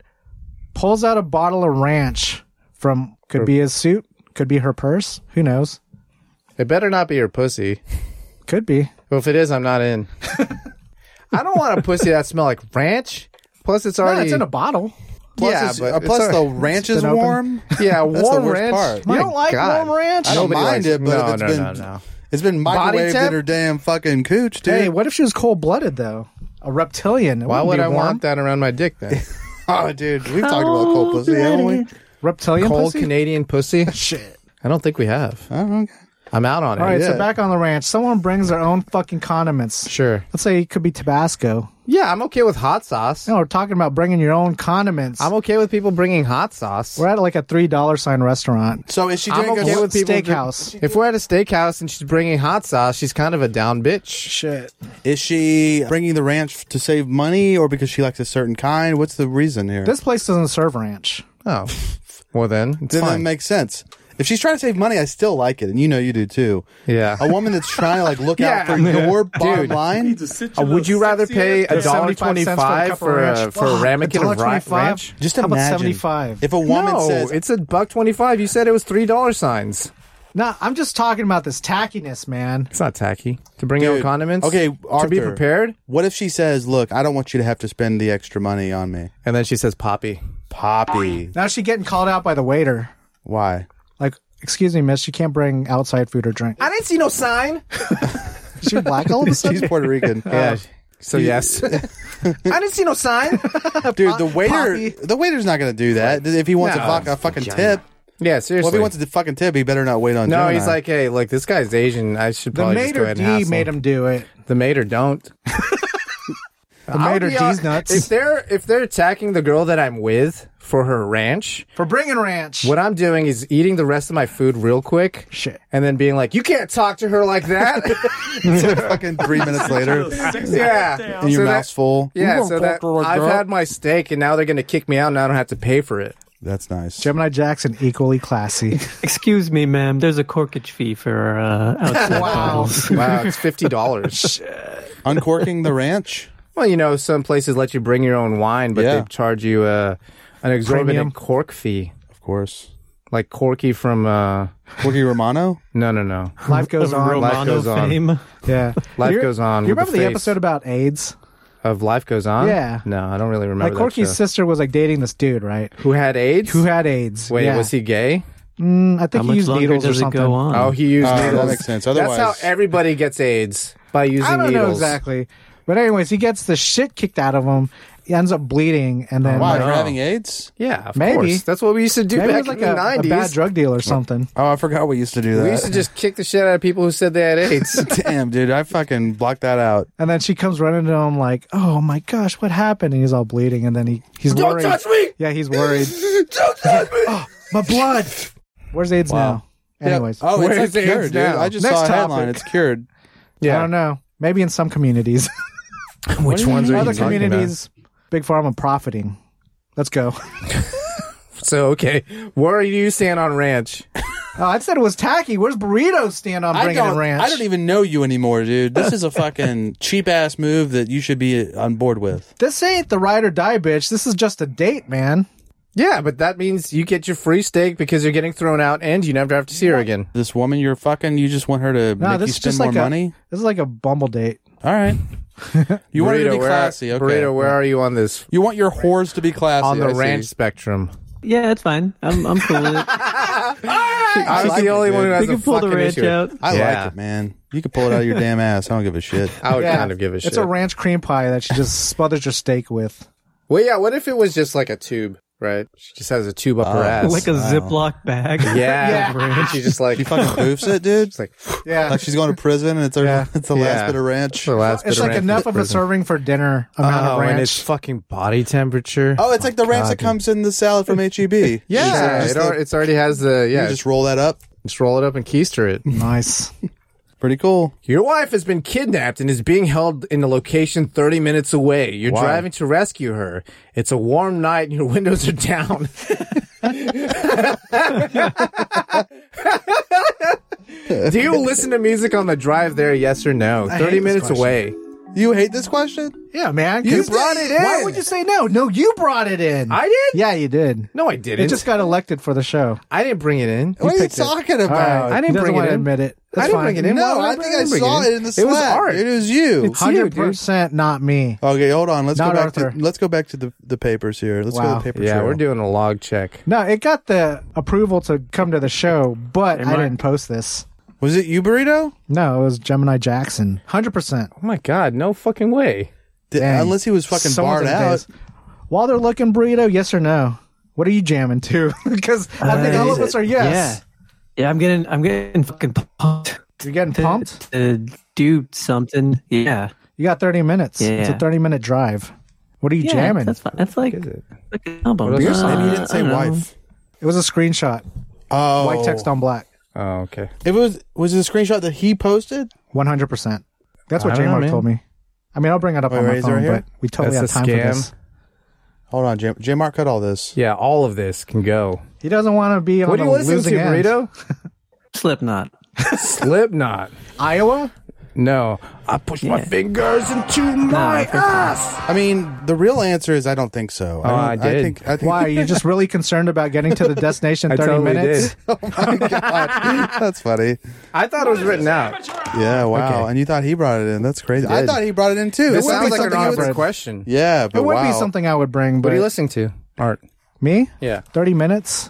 Speaker 3: pulls out a bottle of ranch from could be his suit, could be her purse. Who knows?
Speaker 1: It better not be your pussy.
Speaker 3: Could be.
Speaker 1: Well, if it is, I'm not in. I don't want a pussy that smell like ranch. Plus, it's
Speaker 3: No,
Speaker 1: already
Speaker 3: it's in a bottle.
Speaker 2: Plus,
Speaker 1: Yeah,
Speaker 2: it's-
Speaker 1: but
Speaker 2: uh,
Speaker 1: it's
Speaker 2: plus the
Speaker 1: alright.
Speaker 2: ranch is
Speaker 3: been open.
Speaker 2: warm.
Speaker 1: yeah
Speaker 2: That's the
Speaker 1: warm
Speaker 2: worst
Speaker 1: ranch.
Speaker 2: part.
Speaker 1: My
Speaker 3: You don't like
Speaker 1: God.
Speaker 3: warm ranch?
Speaker 2: I don't
Speaker 1: Nobody
Speaker 2: mind
Speaker 1: likes-
Speaker 2: it, but
Speaker 1: no,
Speaker 2: it's
Speaker 1: no,
Speaker 2: been
Speaker 1: no, no.
Speaker 2: it's been
Speaker 1: Body
Speaker 2: microwaved
Speaker 1: temp?
Speaker 2: in her damn fucking cooch, dude.
Speaker 3: Hey, what if she was cold blooded though? A reptilian. It
Speaker 1: Why
Speaker 3: wouldn't
Speaker 1: would
Speaker 3: be
Speaker 1: I
Speaker 3: warm.
Speaker 1: want that around my dick then?
Speaker 2: oh, dude, we've talked about cold pussy, haven't we?
Speaker 3: reptilian
Speaker 1: Cold
Speaker 3: pussy?
Speaker 1: Canadian pussy? Shit. I don't think we have.
Speaker 2: Oh, okay.
Speaker 1: I'm out on it.
Speaker 3: All right,
Speaker 1: Yeah.
Speaker 3: so back on the ranch, someone brings their own fucking condiments.
Speaker 1: Sure.
Speaker 3: Let's say it could be Tabasco.
Speaker 1: Yeah, I'm okay with hot sauce.
Speaker 3: No, we're talking about bringing your own condiments.
Speaker 1: I'm okay with people bringing hot sauce.
Speaker 3: we're at like a three dollar sign restaurant.
Speaker 2: So is she
Speaker 1: I'm
Speaker 2: doing
Speaker 1: okay
Speaker 2: good?
Speaker 1: with people
Speaker 3: Steakhouse.
Speaker 1: If we're at a steakhouse and she's bringing hot sauce, she's kind of a down bitch.
Speaker 3: Shit.
Speaker 2: Is she bringing the ranch to save money, or because she likes a certain kind? What's the reason here?
Speaker 3: This place doesn't serve ranch.
Speaker 1: Oh, well then, it's
Speaker 2: then that
Speaker 1: fine.
Speaker 2: makes sense. If she's trying to save money, I still like it, and you know you do too.
Speaker 1: Yeah.
Speaker 2: a woman that's trying to like look out for your bottom line.
Speaker 1: Uh, would you rather pay a dollar twenty five for a for a ramekin of ri- ranch?
Speaker 2: Just
Speaker 3: How about
Speaker 2: imagine
Speaker 3: 75?
Speaker 2: If a woman
Speaker 1: no,
Speaker 2: says,
Speaker 1: it's a buck twenty five. You said it was three dollar signs.
Speaker 3: No, I'm just talking about this tackiness, man.
Speaker 1: It's not tacky to bring your own
Speaker 2: Dude,
Speaker 1: condiments.
Speaker 2: okay,
Speaker 1: to be
Speaker 2: Arthur.
Speaker 1: prepared.
Speaker 2: "What if she says, look, I don't want you to have to spend the extra money on me,
Speaker 1: And then she says, "Poppy,
Speaker 2: Poppy?
Speaker 3: Now she's getting called out by the waiter.
Speaker 2: Why?
Speaker 3: Like, excuse me, miss, you can't bring outside food or drink.
Speaker 1: I didn't see no sign."
Speaker 3: Is she black all of a sudden?
Speaker 2: She's Puerto Rican."
Speaker 1: Yeah. So yes, I didn't see no sign.
Speaker 2: Dude, the waiter,
Speaker 3: Poppy.
Speaker 2: the waiter's not gonna do that. If he wants
Speaker 1: No.
Speaker 2: a, fuck, a fucking tip,
Speaker 1: yeah, seriously.
Speaker 2: well, if he wants a fucking tip, he better not wait on.
Speaker 1: no,
Speaker 2: Gemini.
Speaker 1: he's like, hey, look, this guy's Asian. I should
Speaker 3: The
Speaker 1: probably just
Speaker 3: maid
Speaker 1: go
Speaker 3: or
Speaker 1: ahead and
Speaker 3: D
Speaker 1: hassle
Speaker 3: made him do it.
Speaker 1: The maid or don't.
Speaker 3: The maid or
Speaker 1: I'll be hon-
Speaker 3: D's
Speaker 1: If
Speaker 3: nuts.
Speaker 1: they're if they're attacking the girl that I'm with for her ranch,
Speaker 3: For bringing ranch.
Speaker 1: what I'm doing is eating the rest of my food real quick.
Speaker 3: Shit.
Speaker 1: And then being like, you can't talk to her like that.
Speaker 2: fucking three minutes later,
Speaker 1: yeah.
Speaker 2: and your
Speaker 1: So that-
Speaker 2: mouth's full.
Speaker 1: Yeah, so that I've had my steak and now they're going to kick me out and I don't have to pay for it.
Speaker 2: That's nice.
Speaker 3: Gemini Jackson, equally classy.
Speaker 8: Excuse me, ma'am. There's a corkage fee for uh, outside
Speaker 3: wow.
Speaker 8: bottles.
Speaker 1: Wow, it's $50.
Speaker 2: Uncorking the ranch.
Speaker 1: well, you know, some places let you bring your own wine, but
Speaker 2: Yeah.
Speaker 1: they charge you uh, an
Speaker 3: Premium.
Speaker 1: exorbitant cork fee.
Speaker 2: Of course.
Speaker 1: Like Corky from, uh,
Speaker 2: Corky Romano?
Speaker 1: no, no, no.
Speaker 3: Life goes on.
Speaker 1: Life
Speaker 8: Romano
Speaker 1: goes on.
Speaker 8: fame.
Speaker 3: Yeah.
Speaker 1: Life
Speaker 3: You-
Speaker 1: goes on
Speaker 3: You
Speaker 1: with the
Speaker 3: remember the,
Speaker 1: face.
Speaker 3: episode about AIDS?
Speaker 1: Of Life Goes On?
Speaker 3: Yeah.
Speaker 1: No, I don't really remember
Speaker 3: Like,
Speaker 1: that
Speaker 3: Corky's
Speaker 1: show.
Speaker 3: sister was like dating this dude, right?
Speaker 1: Who had AIDS?
Speaker 3: Who had AIDS.
Speaker 1: Wait,
Speaker 3: yeah.
Speaker 1: was he gay?
Speaker 3: I
Speaker 8: How
Speaker 3: think he
Speaker 8: much
Speaker 3: used
Speaker 8: longer
Speaker 3: needles or
Speaker 8: does it
Speaker 3: something.
Speaker 8: go on?
Speaker 1: Oh, he used
Speaker 2: Uh, that
Speaker 1: needles.
Speaker 2: makes sense. Otherwise-
Speaker 1: That's how everybody gets AIDS by using
Speaker 3: I don't
Speaker 1: needles.
Speaker 3: know exactly. But anyways, he gets the shit kicked out of him. He ends up bleeding, and
Speaker 1: Oh,
Speaker 3: then
Speaker 2: Why,
Speaker 3: like,
Speaker 2: for having AIDS?
Speaker 1: Yeah, of
Speaker 3: Maybe.
Speaker 1: course. That's what we used to do
Speaker 3: maybe it
Speaker 1: back
Speaker 3: was like
Speaker 1: in the
Speaker 3: a, a bad
Speaker 1: 90s.
Speaker 3: drug deal or something.
Speaker 2: Oh, I forgot we used to do that.
Speaker 1: we used to just kick the shit out of people who said they had AIDS.
Speaker 2: Damn, dude, I fucking blocked that out.
Speaker 3: And then she comes running to him like, "Oh my gosh, what happened?" And he's all bleeding, and then he he's
Speaker 1: Don't
Speaker 3: worried.
Speaker 1: touch me!
Speaker 3: Yeah, he's worried.
Speaker 1: Don't touch me!
Speaker 3: my blood. Where's AIDS now? Anyways,
Speaker 2: Oh,
Speaker 1: Where is
Speaker 2: it's like
Speaker 1: AIDS
Speaker 2: cured, dude.
Speaker 1: now?
Speaker 2: I just
Speaker 3: Next
Speaker 2: saw a
Speaker 3: topic.
Speaker 2: headline. It's cured.
Speaker 1: yeah.
Speaker 3: I don't know. Maybe in some communities,
Speaker 1: Which ones are
Speaker 3: other
Speaker 1: you talking about?
Speaker 3: communities, big pharma profiting. Let's go.
Speaker 1: So, okay. Where are you stand on ranch?
Speaker 3: Oh, I said it was tacky. Where's burritos stand on
Speaker 2: I
Speaker 3: bringing
Speaker 2: don't,
Speaker 3: in ranch?
Speaker 2: I don't e- even know you anymore, dude. This is a fucking cheap ass move that you should be on board with.
Speaker 3: This ain't the ride or die, bitch. This is just a date, man.
Speaker 1: Yeah, but that means you get your free steak because you're getting thrown out and you never have to see her again.
Speaker 2: This woman you're fucking, you just want her to
Speaker 3: No,
Speaker 2: make
Speaker 3: this
Speaker 2: you
Speaker 3: is
Speaker 2: spend
Speaker 3: just
Speaker 2: more
Speaker 3: like
Speaker 2: money?
Speaker 3: a this is like a bumble date.
Speaker 2: All right. You want her
Speaker 1: Burrito,
Speaker 2: to be
Speaker 1: where,
Speaker 2: classy, okay.
Speaker 1: Burrito, where are you on this?
Speaker 2: You want your whores to be classy.
Speaker 1: On the
Speaker 2: I see.
Speaker 1: ranch spectrum.
Speaker 8: Yeah, it's fine. I'm I'm cool with it.
Speaker 1: I was
Speaker 2: like
Speaker 1: the
Speaker 2: it,
Speaker 1: only
Speaker 2: dude.
Speaker 1: one who has
Speaker 8: We
Speaker 1: a
Speaker 8: can pull the
Speaker 1: fucking
Speaker 8: ranch
Speaker 1: issue.
Speaker 8: out.
Speaker 2: I
Speaker 1: Yeah.
Speaker 2: like it, man. You can pull it out of your damn ass. I don't give a shit.
Speaker 1: I would kind of give a shit.
Speaker 3: It's a ranch cream pie that she just smothers your steak with.
Speaker 1: well, yeah. What if it was just like a tube, right? She just has a tube up her ass.
Speaker 8: like a Ziploc bag.
Speaker 1: yeah. She's just like,
Speaker 2: She fucking poofs it, dude.
Speaker 1: it's like
Speaker 3: Yeah.
Speaker 2: Like she's going to prison, and it's her,
Speaker 3: Yeah.
Speaker 2: it's the last
Speaker 1: Yeah.
Speaker 2: bit of ranch.
Speaker 1: it's the last.
Speaker 3: it's
Speaker 1: bit
Speaker 3: like
Speaker 1: of ranch
Speaker 3: enough
Speaker 1: for
Speaker 3: of a
Speaker 1: prison.
Speaker 3: serving for dinner amount
Speaker 1: Oh,
Speaker 3: of ranch.
Speaker 1: and it's fucking body temperature.
Speaker 2: Oh, it's like the ranch that comes in the salad from HEB. yeah,
Speaker 1: yeah,
Speaker 2: just
Speaker 1: it, al-
Speaker 2: the-
Speaker 1: it's already has the
Speaker 2: you
Speaker 1: yeah.
Speaker 2: just
Speaker 1: Just,
Speaker 2: roll that up.
Speaker 1: roll it up and keister it.
Speaker 3: nice.
Speaker 2: Pretty cool.
Speaker 1: Your wife has been kidnapped and is being held in a location 30 minutes away. You're
Speaker 2: Why?
Speaker 1: driving to rescue her. It's a warm night and your windows are down. Do you listen to music on the drive there? Yes or no?
Speaker 3: hate
Speaker 1: 30
Speaker 3: this
Speaker 1: minutes
Speaker 3: question.
Speaker 1: away.
Speaker 2: You hate this question?
Speaker 3: Yeah, man.
Speaker 2: You
Speaker 3: 'cause-
Speaker 2: brought it in.
Speaker 3: Why would you say no? No, you brought it in.
Speaker 1: I did?
Speaker 3: Yeah, you did.
Speaker 1: No, I didn't.
Speaker 3: It just got elected for the show.
Speaker 1: I didn't bring it in.
Speaker 2: what are you
Speaker 1: Oh,
Speaker 3: picked it.
Speaker 2: talking about?
Speaker 1: I
Speaker 3: He
Speaker 1: didn't
Speaker 3: doesn't
Speaker 1: bring it
Speaker 3: want to
Speaker 1: in.
Speaker 3: admit it. That's
Speaker 1: I didn't
Speaker 3: fine.
Speaker 1: bring it in.
Speaker 2: No,
Speaker 1: Why would
Speaker 2: I
Speaker 1: bring
Speaker 2: think I
Speaker 1: bring
Speaker 2: saw
Speaker 1: in?
Speaker 2: it in the
Speaker 1: It
Speaker 2: Slack.
Speaker 1: was art.
Speaker 2: It was you.
Speaker 1: It's you,
Speaker 3: Hundred
Speaker 1: dude.
Speaker 3: percent, not me.
Speaker 2: Okay, hold on. Let's
Speaker 3: Not
Speaker 2: go back
Speaker 3: Arthur.
Speaker 2: to let's go back to the, the papers here. Let's go to
Speaker 3: Wow.
Speaker 2: the paper
Speaker 1: Yeah,
Speaker 2: trail.
Speaker 1: we're doing a log check.
Speaker 3: No, it got the approval to come to the show, but
Speaker 8: Hey,
Speaker 3: I
Speaker 8: Mark.
Speaker 3: didn't post this.
Speaker 2: Was it you, burrito?
Speaker 3: No, it was Gemini Jackson. Hundred percent.
Speaker 1: Oh my god, no fucking way.
Speaker 2: Did-
Speaker 3: Dang.
Speaker 2: unless he was fucking
Speaker 3: Someone's
Speaker 2: barred
Speaker 3: in the
Speaker 2: out.
Speaker 3: days. While they're looking burrito, yes or no? What are you jamming to? Because I think all of us are yes.
Speaker 8: Yeah. Yeah, I'm getting I'm getting fucking pumped.
Speaker 3: You're getting
Speaker 8: to-
Speaker 3: pumped.
Speaker 8: to do something. Yeah.
Speaker 3: You got thirty minutes. It's a
Speaker 8: Yeah.
Speaker 3: thirty minute drive. What are you
Speaker 8: Yeah,
Speaker 3: jamming?
Speaker 8: That's, fine. that's like,
Speaker 1: Is it?
Speaker 8: like an album.
Speaker 1: What else is
Speaker 8: Uh,
Speaker 1: there?
Speaker 2: Maybe he didn't say
Speaker 8: I don't know.
Speaker 2: wife.
Speaker 3: It was a screenshot.
Speaker 2: Oh,
Speaker 3: White text on black.
Speaker 1: Oh, okay.
Speaker 2: It was was it a screenshot that he posted?
Speaker 3: One hundred percent. That's what
Speaker 1: I don't
Speaker 3: J
Speaker 1: know,
Speaker 3: Mark
Speaker 1: man.
Speaker 3: told me. I mean, I'll bring it up
Speaker 2: Wait,
Speaker 3: on
Speaker 2: wait,
Speaker 3: my
Speaker 2: is it right
Speaker 3: phone,
Speaker 2: here?
Speaker 3: but we totally
Speaker 1: That's
Speaker 3: have
Speaker 1: a
Speaker 3: time for
Speaker 1: scam.
Speaker 3: this.
Speaker 2: Hold on, J, J Mark cut all this.
Speaker 1: Yeah, all of this can go.
Speaker 3: He doesn't want to be on
Speaker 1: What do you
Speaker 3: the
Speaker 1: listen
Speaker 3: losing
Speaker 1: to,
Speaker 3: end.
Speaker 1: burrito?
Speaker 8: Slipknot.
Speaker 1: Slipknot.
Speaker 3: Iowa.
Speaker 1: No, I push my fingers into my ass.
Speaker 2: I mean, the real answer is I don't think so.
Speaker 1: Oh, I
Speaker 2: I, don't, I,
Speaker 1: did.
Speaker 2: think I think
Speaker 3: Why are you just really concerned about getting to the destination
Speaker 1: I
Speaker 3: in 30
Speaker 1: totally
Speaker 3: minutes?
Speaker 1: did.
Speaker 2: my God, that's funny.
Speaker 1: I thought it was written out.
Speaker 2: Yeah, wow.
Speaker 1: Okay.
Speaker 2: And you thought he brought it in? That's crazy. I thought he brought it in too.
Speaker 1: This
Speaker 2: It would be
Speaker 1: sounds like an
Speaker 2: something he would-
Speaker 1: awkward question.
Speaker 2: Yeah, but
Speaker 3: It would be
Speaker 2: wow.
Speaker 3: something I would bring, but
Speaker 1: What are you listening to? Art.
Speaker 3: me?
Speaker 1: Yeah.
Speaker 3: 30 minutes?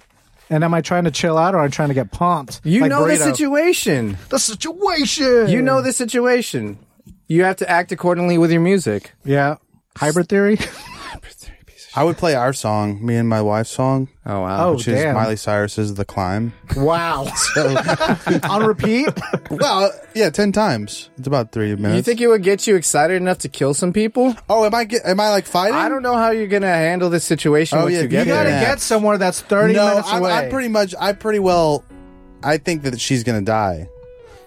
Speaker 3: And am I trying to chill out or am I trying to get pumped?
Speaker 1: You
Speaker 3: Like
Speaker 1: know the
Speaker 3: burrito.
Speaker 1: situation.
Speaker 3: The situation.
Speaker 1: You know the situation. You have to act accordingly with your music.
Speaker 3: Yeah. Hybrid theory?
Speaker 2: I would play our song, me and my wife's song,
Speaker 1: Oh wow.
Speaker 3: Oh,
Speaker 2: which is
Speaker 3: damn.
Speaker 2: Miley Cyrus's "The Climb."
Speaker 3: wow. On repeat?
Speaker 2: Well, yeah, ten times. It's about three minutes.
Speaker 1: you think it would get you excited enough to kill some people?
Speaker 2: oh, am I get, am I like fighting?
Speaker 1: I don't know how you're gonna handle this situation
Speaker 2: Oh,
Speaker 1: once
Speaker 2: yeah,
Speaker 1: you get
Speaker 3: You got to
Speaker 1: there.
Speaker 2: Yeah.
Speaker 3: get somewhere that's 30
Speaker 2: no,
Speaker 3: minutes
Speaker 2: I'm,
Speaker 3: away.
Speaker 2: I'm pretty much. I pretty well. I think that she's gonna die.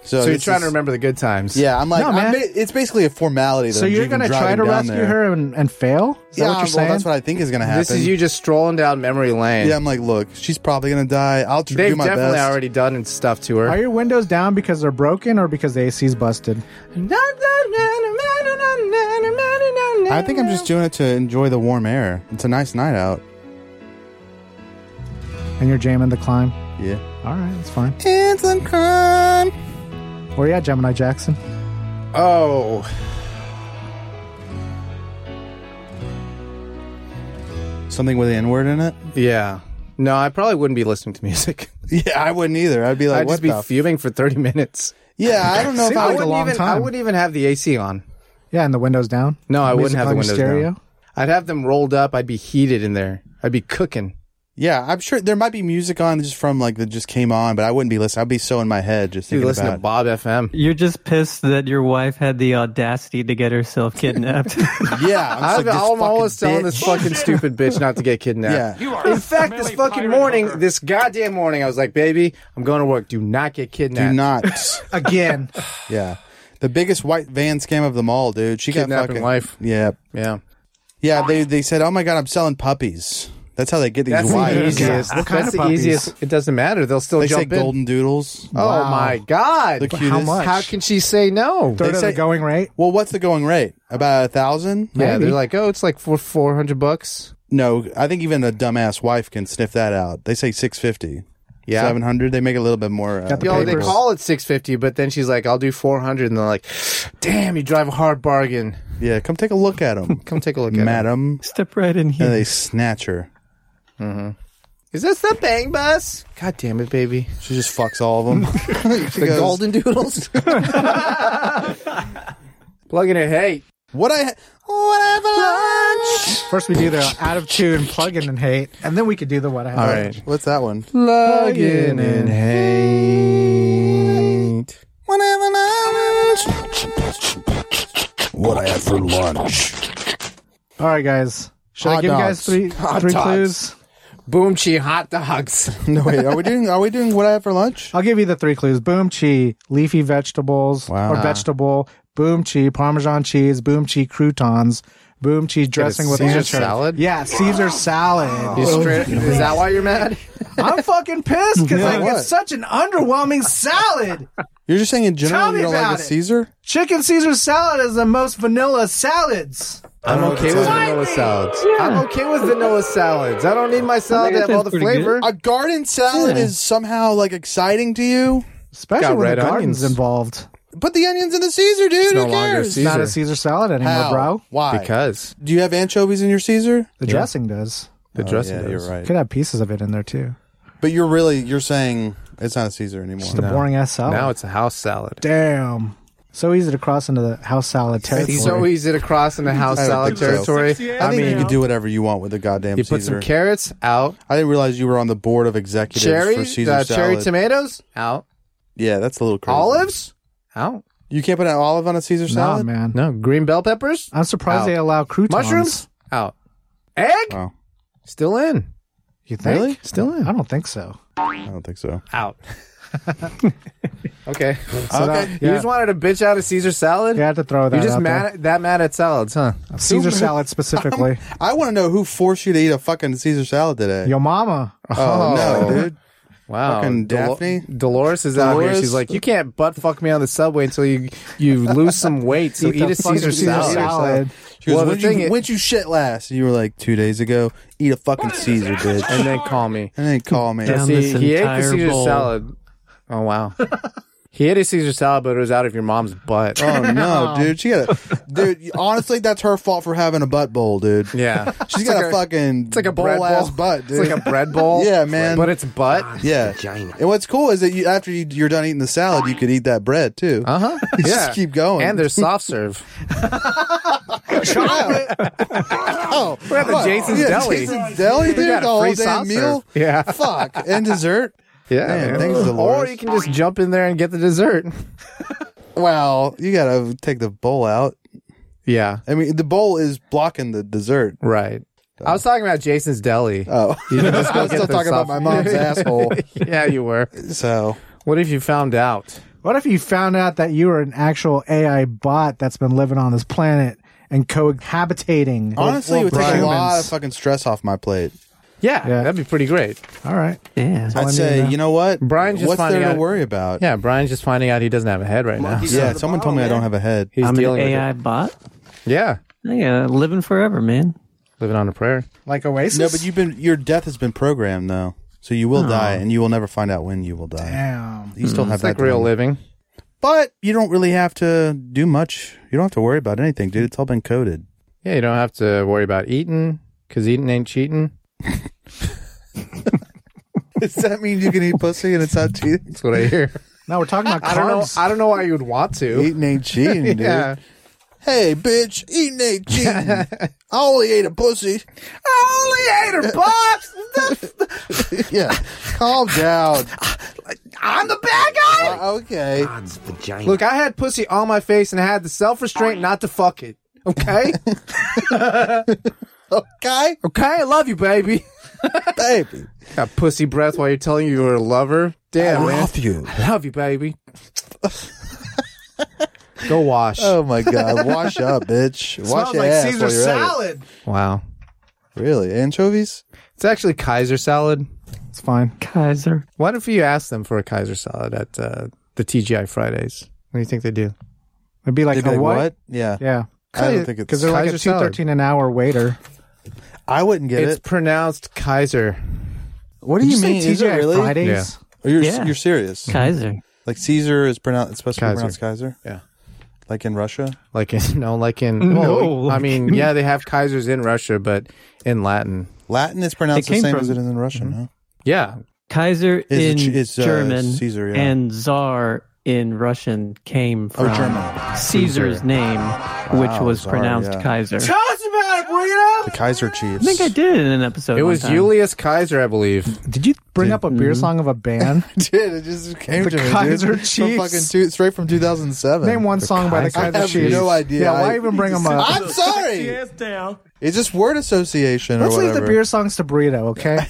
Speaker 2: So,
Speaker 1: So you're
Speaker 2: this
Speaker 1: trying
Speaker 2: is-
Speaker 1: to remember the good times.
Speaker 2: Yeah, I'm like,
Speaker 3: No,
Speaker 2: I'm
Speaker 3: man.
Speaker 2: ba- it's basically a formality. That
Speaker 3: so
Speaker 2: I'm
Speaker 3: you're
Speaker 2: even
Speaker 3: going to try
Speaker 2: driving
Speaker 3: to
Speaker 2: down
Speaker 3: rescue
Speaker 2: there.
Speaker 3: her and, and fail? Is
Speaker 2: Yeah,
Speaker 3: that what you're
Speaker 2: well,
Speaker 3: saying?
Speaker 2: that's what I think is gonna happen.
Speaker 1: This is you just strolling down memory lane.
Speaker 2: Yeah, I'm like, look, she's probably gonna die. I'll tr- do
Speaker 1: They've
Speaker 2: my
Speaker 1: definitely
Speaker 2: best.
Speaker 1: already done and stuff to
Speaker 3: Are
Speaker 1: her.
Speaker 3: your windows down because they're broken or because the AC's busted?
Speaker 2: I think I'm just doing it to enjoy the warm air. It's a nice night out.
Speaker 3: And you're jamming the climb?
Speaker 2: Yeah.
Speaker 3: All right, that's fine.
Speaker 2: It's a crime.
Speaker 3: Where you at, Gemini Jackson?
Speaker 1: Oh.
Speaker 2: Something with the N word in it?
Speaker 1: Yeah. No, I probably wouldn't be listening to music.
Speaker 2: Yeah, I wouldn't either. I'd be like,
Speaker 1: I'd
Speaker 2: what
Speaker 1: just be
Speaker 2: the f-
Speaker 1: fuming for 30 minutes.
Speaker 2: Yeah, I don't know if
Speaker 3: Seems
Speaker 2: I
Speaker 3: like
Speaker 2: would.
Speaker 3: a
Speaker 1: wouldn't
Speaker 3: long
Speaker 1: even, I
Speaker 3: time.
Speaker 1: wouldn't even have the AC on.
Speaker 3: Yeah, and the windows down.
Speaker 1: No, I wouldn't
Speaker 3: Music
Speaker 1: have the
Speaker 3: on your
Speaker 1: windows down. I'd have them rolled up. I'd be heated in there. I'd be cooking.
Speaker 2: Yeah, I'm sure there might be music on just from like that just came on, but I wouldn't be listening. I'd be so in my head just
Speaker 1: Dude,
Speaker 2: thinking
Speaker 1: listen to
Speaker 2: about.
Speaker 1: Bob FM.
Speaker 8: You're just pissed that your wife had the audacity to get herself kidnapped.
Speaker 2: yeah, I'm,
Speaker 1: i
Speaker 2: just like, this
Speaker 1: I'm always
Speaker 2: fucking
Speaker 1: telling this
Speaker 2: bitch.
Speaker 1: fucking stupid bitch not to get kidnapped.
Speaker 2: Yeah.
Speaker 1: In fact, this fucking morning, this goddamn morning, I was like, baby, I'm going to work. Do not get kidnapped.
Speaker 2: Do not.
Speaker 3: Again,
Speaker 2: yeah, the biggest white van scam of them all, dude. She got
Speaker 1: Kidnapping
Speaker 2: fucking
Speaker 1: wife.
Speaker 2: Yeah,
Speaker 1: Yeah.
Speaker 2: yeah. They they said, oh my god, I'm selling puppies. That's how they get these
Speaker 1: That's
Speaker 2: wives.
Speaker 1: the easiest.
Speaker 3: What kind
Speaker 1: That's
Speaker 3: of
Speaker 1: the
Speaker 3: puppies?
Speaker 1: easiest. It doesn't matter. They'll still
Speaker 2: They say
Speaker 1: jump in.
Speaker 2: golden doodles.
Speaker 1: Oh
Speaker 3: Wow.
Speaker 1: my god!
Speaker 2: The cutest.
Speaker 3: much?
Speaker 1: How can she say no?
Speaker 3: third of
Speaker 2: say-
Speaker 3: the going rate.
Speaker 2: Well, what's the going rate? About a thousand?
Speaker 1: yeah,
Speaker 3: maybe.
Speaker 1: they're like, oh, it's like four four hundred bucks.
Speaker 2: No, I think even a dumbass wife can sniff that out. They say six fifty.
Speaker 1: Yeah.
Speaker 2: seven hundred. They make a little bit more. Uh,
Speaker 3: Got the
Speaker 1: Yo, they
Speaker 3: papers.
Speaker 1: call it six fifty, but then she's like, I'll do four hundred, and they're like, damn, you drive a hard bargain.
Speaker 2: yeah, come take a look at them,
Speaker 1: Come take a look at it.
Speaker 2: madam.
Speaker 8: Step right in
Speaker 2: And
Speaker 8: here.
Speaker 2: they snatch her.
Speaker 1: Is this the bang bus? God damn it, baby!
Speaker 2: She just fucks all of them. she
Speaker 1: The
Speaker 2: goes,
Speaker 1: golden doodles. Plugging it. Hey,
Speaker 2: What I what I have lunch?
Speaker 3: First, we do the out of tune plug in and hate, and then we could do the what I have.
Speaker 1: All right.
Speaker 2: What's that one?
Speaker 1: plugging in hate.
Speaker 2: What I have lunch? What I have for lunch?
Speaker 3: All right, guys. Should I
Speaker 2: Hot
Speaker 3: give you
Speaker 2: dogs.
Speaker 3: guys three
Speaker 1: Hot
Speaker 3: three
Speaker 1: dogs.
Speaker 3: clues?
Speaker 1: Boom chi hot dogs.
Speaker 2: No, wait. Are we doing? Are we doing what I have for lunch?
Speaker 3: I'll give you the three clues: boom chi, leafy vegetables
Speaker 2: Wow.
Speaker 3: or vegetable, boom chi, parmesan cheese, boom chi croutons, boom chi dressing with
Speaker 1: Caesar
Speaker 3: anchovies.
Speaker 1: salad?
Speaker 3: Yeah, Caesar salad.
Speaker 1: You straight- is that why you're mad?
Speaker 3: I'm fucking pissed because I
Speaker 2: What?
Speaker 3: get such an underwhelming salad.
Speaker 2: You're just saying in general
Speaker 3: Tell
Speaker 2: you
Speaker 3: me
Speaker 2: don't like
Speaker 3: about
Speaker 2: a
Speaker 3: it.
Speaker 2: Caesar.
Speaker 3: Chicken Caesar salad is the most vanilla of salads.
Speaker 1: I'm okay with vanilla salads. I'm okay with vanilla salads. I don't need my salad to
Speaker 8: that
Speaker 1: have all
Speaker 8: sounds
Speaker 1: the
Speaker 8: pretty
Speaker 1: flavor.
Speaker 2: A garden salad is somehow like exciting to you.
Speaker 3: especially
Speaker 1: Got
Speaker 3: when
Speaker 1: red
Speaker 3: the garden's
Speaker 1: onions.
Speaker 3: involved.
Speaker 2: Put the onions in the Caesar, dude.
Speaker 1: no
Speaker 2: Who
Speaker 1: longer
Speaker 2: cares?
Speaker 1: Caesar.
Speaker 3: It's not a Caesar salad anymore,
Speaker 2: How?
Speaker 3: bro.
Speaker 2: Why?
Speaker 1: because
Speaker 2: do you have anchovies in your Caesar?
Speaker 3: The dressing does.
Speaker 1: the dressing.
Speaker 2: Oh, yeah,
Speaker 1: goes.
Speaker 2: you're right.
Speaker 3: Could have pieces of it in there too.
Speaker 2: But you're really you're saying it's not a Caesar anymore.
Speaker 3: The boring ass salad.
Speaker 1: Now it's a house salad.
Speaker 3: Oh. Damn. So easy to cross into the house salad territory.
Speaker 1: It's so easy to cross into house
Speaker 2: I don't
Speaker 1: salad
Speaker 2: think so.
Speaker 1: territory.
Speaker 2: I,
Speaker 1: I
Speaker 2: think
Speaker 1: mean,
Speaker 2: you can do whatever you want with the goddamn
Speaker 1: you
Speaker 2: Um, Caesar.
Speaker 1: put some carrots out,
Speaker 2: I didn't realize you were on the board of executives
Speaker 1: cherry,
Speaker 2: for Caesar
Speaker 1: uh,
Speaker 2: salad.
Speaker 1: cherry tomatoes out,
Speaker 2: Yeah, that's a little crazy.
Speaker 1: olives out.
Speaker 2: You can't put an olive on a Caesar
Speaker 3: nah,
Speaker 2: salad.
Speaker 3: man.
Speaker 1: No green bell peppers,
Speaker 3: I'm surprised
Speaker 1: Out.
Speaker 3: they allow croutons.
Speaker 1: mushrooms out, egg
Speaker 2: Wow.
Speaker 1: still in,
Speaker 3: You think?
Speaker 2: Really?
Speaker 1: still in,
Speaker 3: I don't think so.
Speaker 2: I don't think so.
Speaker 1: out. okay,
Speaker 2: okay.
Speaker 1: you
Speaker 3: Yeah.
Speaker 1: just wanted to bitch out a Caesar salad.
Speaker 3: You had to throw that
Speaker 1: You're just
Speaker 3: out
Speaker 1: mad
Speaker 3: there.
Speaker 1: at, that mad at salads, huh?
Speaker 3: Caesar salad specifically.
Speaker 2: I want to know who forced you to eat a fucking Caesar salad today.
Speaker 3: Your mama.
Speaker 2: oh, no, dude.
Speaker 1: Wow,
Speaker 2: Fucking
Speaker 1: Dol-
Speaker 2: Daphne?
Speaker 1: Dolores is out here.
Speaker 2: Dolores?
Speaker 1: She's like, you can't butt fuck me on the subway until you you lose some weight. So eat,
Speaker 3: Eat the
Speaker 1: a
Speaker 3: fucking
Speaker 1: Caesar,
Speaker 3: Caesar
Speaker 1: salad.
Speaker 3: salad.
Speaker 2: She goes,
Speaker 1: Well, the
Speaker 2: when'd, you,
Speaker 1: thing is-
Speaker 2: when'd you shit last? And you were like, two days ago. Eat a fucking Caesar, bitch.
Speaker 1: and then call me.
Speaker 2: And then call me.
Speaker 8: Down
Speaker 1: See,
Speaker 8: this
Speaker 1: he ate the
Speaker 8: entire
Speaker 1: Caesar
Speaker 8: bowl.
Speaker 1: salad. Oh wow, he ate a Caesar salad, but it was out of your mom's butt.
Speaker 2: Oh no, dude! She got a dude. Honestly, that's her fault for having a butt bowl, dude.
Speaker 1: Yeah,
Speaker 2: she's got a, fucking
Speaker 1: it's like a bread
Speaker 2: bowl
Speaker 1: bowl.
Speaker 2: ass butt, dude.
Speaker 1: It's like a bread bowl.
Speaker 2: Yeah, man.
Speaker 1: But it's butt.
Speaker 2: yeah. And what's cool is that you after you, you're done eating the salad, you could eat that bread too.
Speaker 1: Uh huh. Yeah.
Speaker 2: Just keep going.
Speaker 1: And there's soft serve.
Speaker 2: oh, we're
Speaker 1: at the Jason's Deli.
Speaker 2: Jason's Deli, dude.
Speaker 1: We
Speaker 2: The
Speaker 1: got a
Speaker 2: whole
Speaker 1: free
Speaker 2: damn
Speaker 1: soft
Speaker 2: meal.
Speaker 1: serve. Yeah.
Speaker 2: Fuck and dessert.
Speaker 1: Yeah.
Speaker 2: Man, thanks,
Speaker 1: or
Speaker 2: Dolores.
Speaker 1: you can just jump in there and get the dessert.
Speaker 2: Well, you gotta take the bowl out.
Speaker 1: Yeah.
Speaker 2: I mean, the bowl is blocking the dessert.
Speaker 1: Right. I was talking about Jason's Deli.
Speaker 2: Oh,
Speaker 1: You can just go
Speaker 2: I was
Speaker 1: get
Speaker 2: still
Speaker 1: the
Speaker 2: talking about
Speaker 1: soft-
Speaker 2: my mom's asshole.
Speaker 1: yeah, you were.
Speaker 2: So
Speaker 1: What if you found out?
Speaker 3: What if you found out that you were an actual AI bot that's been living on this planet and cohabitating?
Speaker 2: honestly,
Speaker 3: with
Speaker 2: it would take
Speaker 3: humans?
Speaker 2: a lot of fucking stress off my plate.
Speaker 1: Yeah, that'd be pretty great.
Speaker 3: All right.
Speaker 8: Yeah.
Speaker 2: I'd say, you know what?
Speaker 1: Brian uh, just
Speaker 2: What's
Speaker 1: finding
Speaker 2: there to
Speaker 1: out-
Speaker 2: worry about?
Speaker 1: Yeah, Brian's just finding out he doesn't have a head right now.
Speaker 2: Yeah, someone told me I don't have a head.
Speaker 1: He's
Speaker 8: I'm an
Speaker 1: dealing with
Speaker 8: AI bot.
Speaker 1: it. Yeah,
Speaker 8: Yeah, living forever, man.
Speaker 1: living on a prayer.
Speaker 3: Like Oasis?
Speaker 2: No, but you've been your death has been programmed though. So you will die and you will never find out when you will die.
Speaker 3: Damn.
Speaker 2: You still have
Speaker 1: Mm, It's like
Speaker 2: that
Speaker 1: real
Speaker 2: time.
Speaker 1: living.
Speaker 2: But you don't really have to do much. You don't have to worry about anything, dude. It's all been coded.
Speaker 1: Yeah, you don't have to worry about eating because eating ain't cheating.
Speaker 2: Does that mean you can eat pussy and it's not cheating?
Speaker 1: That's what I hear.
Speaker 3: No, we're talking about carbs.
Speaker 1: I don't know. I don't know why you would want to.
Speaker 2: Eating ain't cheating, dude.
Speaker 1: Yeah,
Speaker 2: Hey, bitch, eating ain't cheating. I only ate a pussy.
Speaker 1: I only ate her butt.
Speaker 2: Yeah, calm down.
Speaker 1: I'm the bad guy.
Speaker 2: Uh, okay.
Speaker 1: Look, I had pussy on my face and I had the self restraint not to fuck it. Okay,
Speaker 2: Okay,
Speaker 1: okay, I love you, baby.
Speaker 2: baby.
Speaker 1: Got pussy breath while you're telling you you're a lover. Damn, man.
Speaker 2: you.
Speaker 1: I love you, baby. Go wash.
Speaker 2: Oh my god, wash up, bitch. Wash your ass while you're at it.
Speaker 1: Wow.
Speaker 2: Really, anchovies?
Speaker 1: It's actually Kaiser salad.
Speaker 3: It's fine.
Speaker 8: Kaiser.
Speaker 1: Why don't you ask them for a Kaiser salad at uh, the TGI Fridays? What do you think they do?
Speaker 3: It'd be like,
Speaker 2: They'd be
Speaker 3: a
Speaker 2: like,
Speaker 3: what?
Speaker 2: Yeah.
Speaker 3: Yeah.
Speaker 2: I don't think
Speaker 3: Because
Speaker 2: it's.
Speaker 3: they're like
Speaker 1: Kaiser
Speaker 3: a two
Speaker 1: salad.
Speaker 3: thirteen an hour waiter.
Speaker 2: I wouldn't get
Speaker 1: It's
Speaker 2: it.
Speaker 1: pronounced Kaiser.
Speaker 2: What do
Speaker 3: Did
Speaker 2: you
Speaker 3: say
Speaker 2: mean? Is it
Speaker 3: TGI
Speaker 2: really?
Speaker 3: Fridays?
Speaker 2: Or you're,
Speaker 8: Yeah.
Speaker 2: you're serious?
Speaker 8: Kaiser.
Speaker 2: Like Caesar is pronounced it's supposed to be
Speaker 1: Kaiser.
Speaker 2: pronounced Kaiser.
Speaker 1: Yeah.
Speaker 2: Like in Russia.
Speaker 1: Like in no, like in well, I mean, yeah, they have Kaisers in Russia, but in Latin,
Speaker 2: Latin is pronounced
Speaker 8: It
Speaker 2: the
Speaker 8: came
Speaker 2: same
Speaker 8: from-
Speaker 2: as it is in Russian. No?
Speaker 1: yeah,
Speaker 8: Kaiser
Speaker 2: Is it-
Speaker 8: in
Speaker 2: is, uh,
Speaker 8: German
Speaker 2: Caesar, yeah. Oh,
Speaker 8: and Czar in Russian came from Ah.
Speaker 2: German.
Speaker 8: Caesar's name, which was
Speaker 2: Czar,
Speaker 8: pronounced
Speaker 2: yeah.
Speaker 8: Kaiser.
Speaker 1: Tell us about it, Burrito.
Speaker 2: The Kaiser Chiefs.
Speaker 8: I think I did in an episode.
Speaker 1: It
Speaker 8: one
Speaker 1: was
Speaker 8: time.
Speaker 1: Julius Kaiser, I believe.
Speaker 3: Did you bring up a beer song of a band?
Speaker 2: did. It just came
Speaker 3: The
Speaker 2: to me.
Speaker 3: Kaiser
Speaker 2: dude. From
Speaker 3: Chiefs.
Speaker 2: fucking two, straight from 2007.
Speaker 3: Name one song by the
Speaker 8: Kaiser
Speaker 3: Kaiser
Speaker 2: I have
Speaker 3: Chiefs.
Speaker 2: no idea.
Speaker 3: Yeah, why
Speaker 2: I-
Speaker 3: even bring them up?
Speaker 2: I'm sorry. It's just word association
Speaker 3: Let's
Speaker 2: or
Speaker 3: leave
Speaker 2: whatever.
Speaker 3: the beer songs to burrito, okay?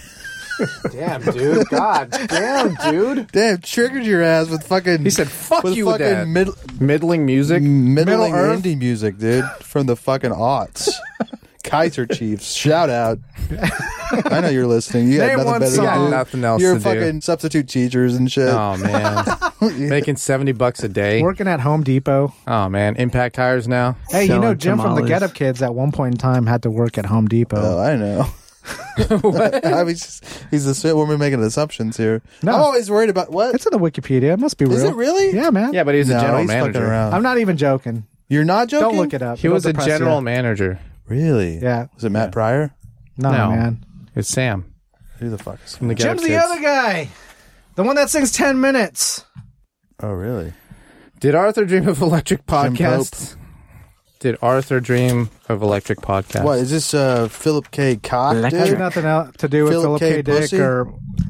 Speaker 1: Damn, dude. God damn, dude.
Speaker 2: Damn, triggered your ass with fucking.
Speaker 1: He said, "Fuck
Speaker 2: with
Speaker 1: you with
Speaker 2: fucking
Speaker 1: that."
Speaker 2: Mid-
Speaker 1: Middling music.
Speaker 2: middling
Speaker 1: Earth?
Speaker 2: indie music, dude, from the fucking aughts. Kaiser Chiefs, shout out. I know you're listening. You got
Speaker 1: Name
Speaker 2: nothing
Speaker 1: one
Speaker 2: better
Speaker 1: song.
Speaker 2: to do.
Speaker 1: Got nothing else
Speaker 2: You're
Speaker 1: to do.
Speaker 2: fucking substitute teachers and shit.
Speaker 1: Oh man, making seventy bucks a day.
Speaker 3: Working at Home Depot.
Speaker 1: Oh man, Impact hires now.
Speaker 3: Hey, you know
Speaker 8: Selling
Speaker 3: Jim from the
Speaker 8: tamales.
Speaker 2: Uh,
Speaker 3: Get Up Kids at one point in time had to work at Home Depot.
Speaker 2: Oh, I know. I was just, he's a straight woman making assumptions here.
Speaker 3: No.
Speaker 2: I'm always worried about what
Speaker 3: It's in the Wikipedia. It must be real.
Speaker 2: is it really?
Speaker 3: Yeah, man.
Speaker 1: Yeah, but he was
Speaker 2: no,
Speaker 1: a general
Speaker 2: he's fucking
Speaker 1: manager.
Speaker 2: around.
Speaker 3: I'm not even joking.
Speaker 2: You're not joking.
Speaker 3: Don't look it up.
Speaker 1: He
Speaker 3: Don't
Speaker 1: was a
Speaker 3: depress
Speaker 1: general
Speaker 3: you.
Speaker 1: manager.
Speaker 2: Really?
Speaker 3: Yeah.
Speaker 2: Was it Matt Pryor?
Speaker 3: No,
Speaker 1: No.
Speaker 3: man.
Speaker 1: It's Sam.
Speaker 2: Who the fuck is?
Speaker 1: From the Ghetto
Speaker 3: Jim's the
Speaker 1: Kids.
Speaker 3: other guy. The one that sings 10 minutes.
Speaker 2: Oh, really?
Speaker 1: Did Arthur dream of electric
Speaker 2: Jim Pope.
Speaker 1: podcasts? Did Arthur dream of electric podcasts?
Speaker 2: What is this? Uh, Philip K. Cock? dude?
Speaker 8: Electric.
Speaker 3: There's nothing else to do with
Speaker 2: Philip
Speaker 3: Philip
Speaker 2: K.
Speaker 3: K. Dick
Speaker 2: Pussy?
Speaker 3: or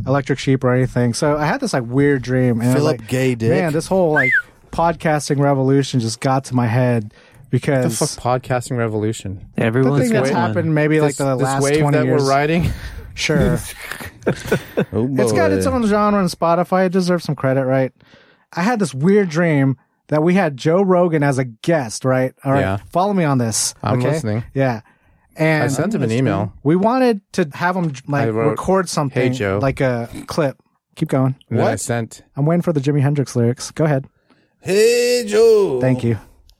Speaker 3: Electric Sheep or anything. So I had this like weird dream. And I was
Speaker 2: Philip
Speaker 3: like,
Speaker 2: Gay Dick?
Speaker 3: Man, this whole like podcasting revolution just got to my head
Speaker 1: the
Speaker 3: because
Speaker 1: fuck? Podcasting revolution.
Speaker 3: the
Speaker 8: Everyone's
Speaker 3: thing that's
Speaker 8: got one.
Speaker 3: happened maybe like
Speaker 1: This,
Speaker 3: the
Speaker 1: this
Speaker 3: last
Speaker 1: wave
Speaker 3: 20
Speaker 1: that
Speaker 3: years.
Speaker 1: we're riding.
Speaker 3: Sure.
Speaker 2: Oh,
Speaker 3: It's got its
Speaker 2: boy.
Speaker 3: own genre on Spotify. It deserves some credit, right? I had this weird dream that we had Joe Rogan as a guest, right? All right.
Speaker 1: Yeah.
Speaker 3: Follow me on this.
Speaker 1: I'm
Speaker 3: okay?
Speaker 1: listening.
Speaker 3: Yeah. And
Speaker 1: I sent him an email.
Speaker 3: We wanted to have him like
Speaker 1: I wrote,
Speaker 3: record something
Speaker 1: "Hey, Joe."
Speaker 3: like a clip. Keep going.
Speaker 1: And then I sent.
Speaker 3: I'm waiting for the Jimi Hendrix lyrics. Go ahead.
Speaker 2: Hey Joe,
Speaker 3: Thank you.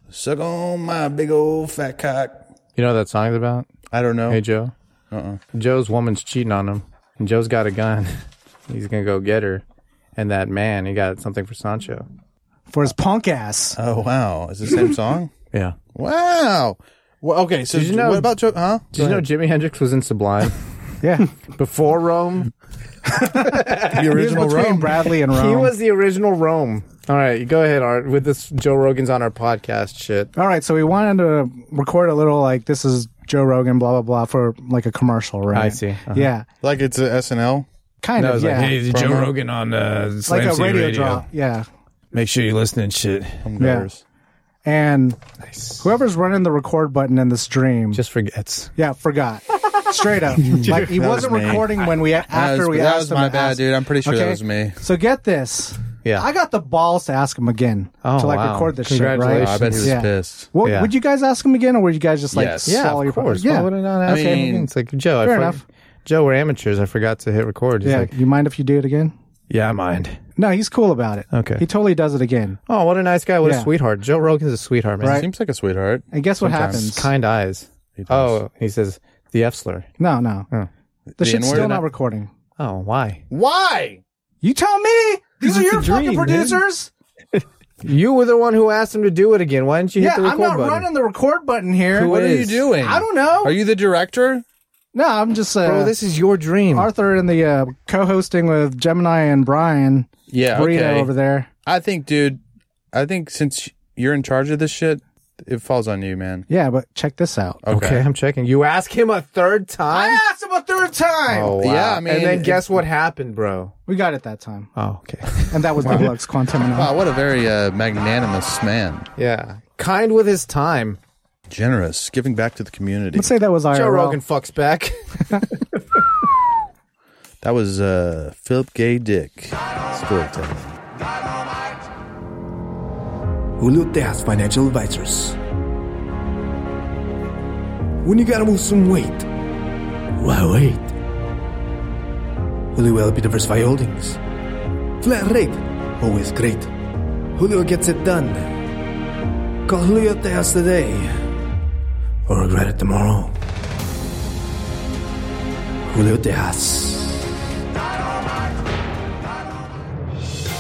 Speaker 2: Suck on my big old fat cock.
Speaker 1: You know what that song's about?
Speaker 2: I don't know.
Speaker 1: Hey Joe. Uh-uh. Joe's woman's cheating on him, and Joe's got a gun. He's gonna go get her. And that man, he got something for Sancho.
Speaker 3: For his punk ass.
Speaker 2: oh wow, is it the same song?
Speaker 1: Yeah.
Speaker 2: Wow. Well, okay. So
Speaker 1: Did you know-
Speaker 2: what about Joe? Huh?
Speaker 1: Did you know Jimi Hendrix was in Sublime
Speaker 3: Yeah.
Speaker 1: before Rome?
Speaker 2: the original
Speaker 3: Between
Speaker 2: Rome?
Speaker 3: Bradley and Rome.
Speaker 1: He was the original Rome. All right, go ahead, Art, with this Joe Rogan's on our podcast shit.
Speaker 3: All right, so we wanted to record a little like this is Joe Rogan, blah blah blah, for like a commercial, right?
Speaker 1: I see. Uh-huh.
Speaker 3: Yeah,
Speaker 2: Like it's a SNL.
Speaker 3: kind
Speaker 1: No,
Speaker 3: of.
Speaker 1: it's
Speaker 3: Yeah,
Speaker 1: like, hey, Joe
Speaker 2: Promo.
Speaker 1: Rogan on uh,
Speaker 3: like
Speaker 1: Slam
Speaker 3: a
Speaker 1: City
Speaker 3: radio,
Speaker 1: radio,
Speaker 3: drop. Yeah,
Speaker 1: Make sure you listen and shit.
Speaker 2: I'm
Speaker 3: Yeah.
Speaker 2: nervous.
Speaker 3: and whoever's running the record button in this dream,
Speaker 1: Just forgets.
Speaker 3: yeah, forgot straight up. like he
Speaker 2: That was
Speaker 3: wasn't
Speaker 2: me.
Speaker 3: recording when we after
Speaker 2: was-
Speaker 3: we
Speaker 2: that
Speaker 3: asked
Speaker 2: was
Speaker 3: him
Speaker 2: my
Speaker 3: to
Speaker 2: bad,
Speaker 3: ask-
Speaker 2: dude. I'm pretty sure that was me.
Speaker 3: So get this.
Speaker 1: Yeah.
Speaker 3: I got the balls to ask him again
Speaker 1: Oh,
Speaker 3: to like
Speaker 1: wow.
Speaker 3: record this shit,
Speaker 1: Congratulations.
Speaker 3: right?
Speaker 1: I bet he was
Speaker 3: yeah.
Speaker 2: pissed.
Speaker 3: Well,
Speaker 1: Yeah.
Speaker 3: Would you guys ask him again, or would you guys just like
Speaker 2: Yes.
Speaker 3: swallow
Speaker 1: Yeah,
Speaker 3: your
Speaker 1: of course.
Speaker 3: Yeah,
Speaker 1: Why would I not ask him
Speaker 2: mean-
Speaker 1: again? It's like Joe. I
Speaker 3: Fair
Speaker 1: for-
Speaker 3: enough.
Speaker 1: Joe, we're amateurs. I forgot to hit record. He's
Speaker 3: yeah.
Speaker 1: like,
Speaker 3: you mind if you do it again?
Speaker 1: yeah, I mind.
Speaker 3: No, he's cool about it.
Speaker 1: Okay.
Speaker 3: He totally does it again.
Speaker 1: Oh, what a nice guy. What
Speaker 3: Yeah.
Speaker 1: a sweetheart. Joe Rogan's a sweetheart, man.
Speaker 3: Right.
Speaker 2: Seems like a sweetheart.
Speaker 3: And guess what happens?
Speaker 1: Kind eyes. Oh, he says the F slur.
Speaker 3: no, no. The, shit's
Speaker 2: N-word?
Speaker 3: still not recording.
Speaker 1: Oh, why?
Speaker 2: Why?
Speaker 3: You tell me. These are
Speaker 8: it's
Speaker 3: your
Speaker 8: a dream,
Speaker 3: fucking
Speaker 8: man.
Speaker 3: producers.
Speaker 1: You were the one who asked him to do it again. Why didn't you
Speaker 3: Yeah,
Speaker 1: hit the record
Speaker 3: I'm not
Speaker 1: button?
Speaker 3: running the record button here.
Speaker 1: Who
Speaker 2: What are you
Speaker 1: is?
Speaker 2: doing?
Speaker 3: I don't know.
Speaker 2: Are you the director?
Speaker 3: no, I'm just uh,
Speaker 1: Bro, this is your dream.
Speaker 3: Arthur and the uh, co-hosting with Gemini and Brian
Speaker 2: Yeah.
Speaker 3: Burrito
Speaker 2: okay.
Speaker 3: over there.
Speaker 2: I think, dude. I think since you're in charge of this shit, it falls on you, man.
Speaker 3: Yeah, but check this out.
Speaker 1: okay. I'm checking. You ask him a third time?
Speaker 3: I asked him a third time.
Speaker 1: Oh.
Speaker 2: Yeah, I mean,
Speaker 1: and then
Speaker 2: it-
Speaker 1: guess what happened, bro?
Speaker 3: We got it that time,
Speaker 1: Oh, okay.
Speaker 3: and that was the Lux Quantum. and
Speaker 1: Oh.
Speaker 3: all.
Speaker 2: Wow, what a very uh, magnanimous man.
Speaker 1: yeah, kind with his time.
Speaker 2: Generous, giving back to the community.
Speaker 3: Let's say that was IRL.
Speaker 1: Joe Rogan fucks back.
Speaker 2: That was uh, Philip Gay Dick storytelling.
Speaker 10: Julio Tejas Financial Advisors. When you gotta lose some weight, why wait? Julio will diversify holdings. Flat rate, always great. Julio gets it done. Call Julio Tejas today, or regret it tomorrow. Julio Tejas.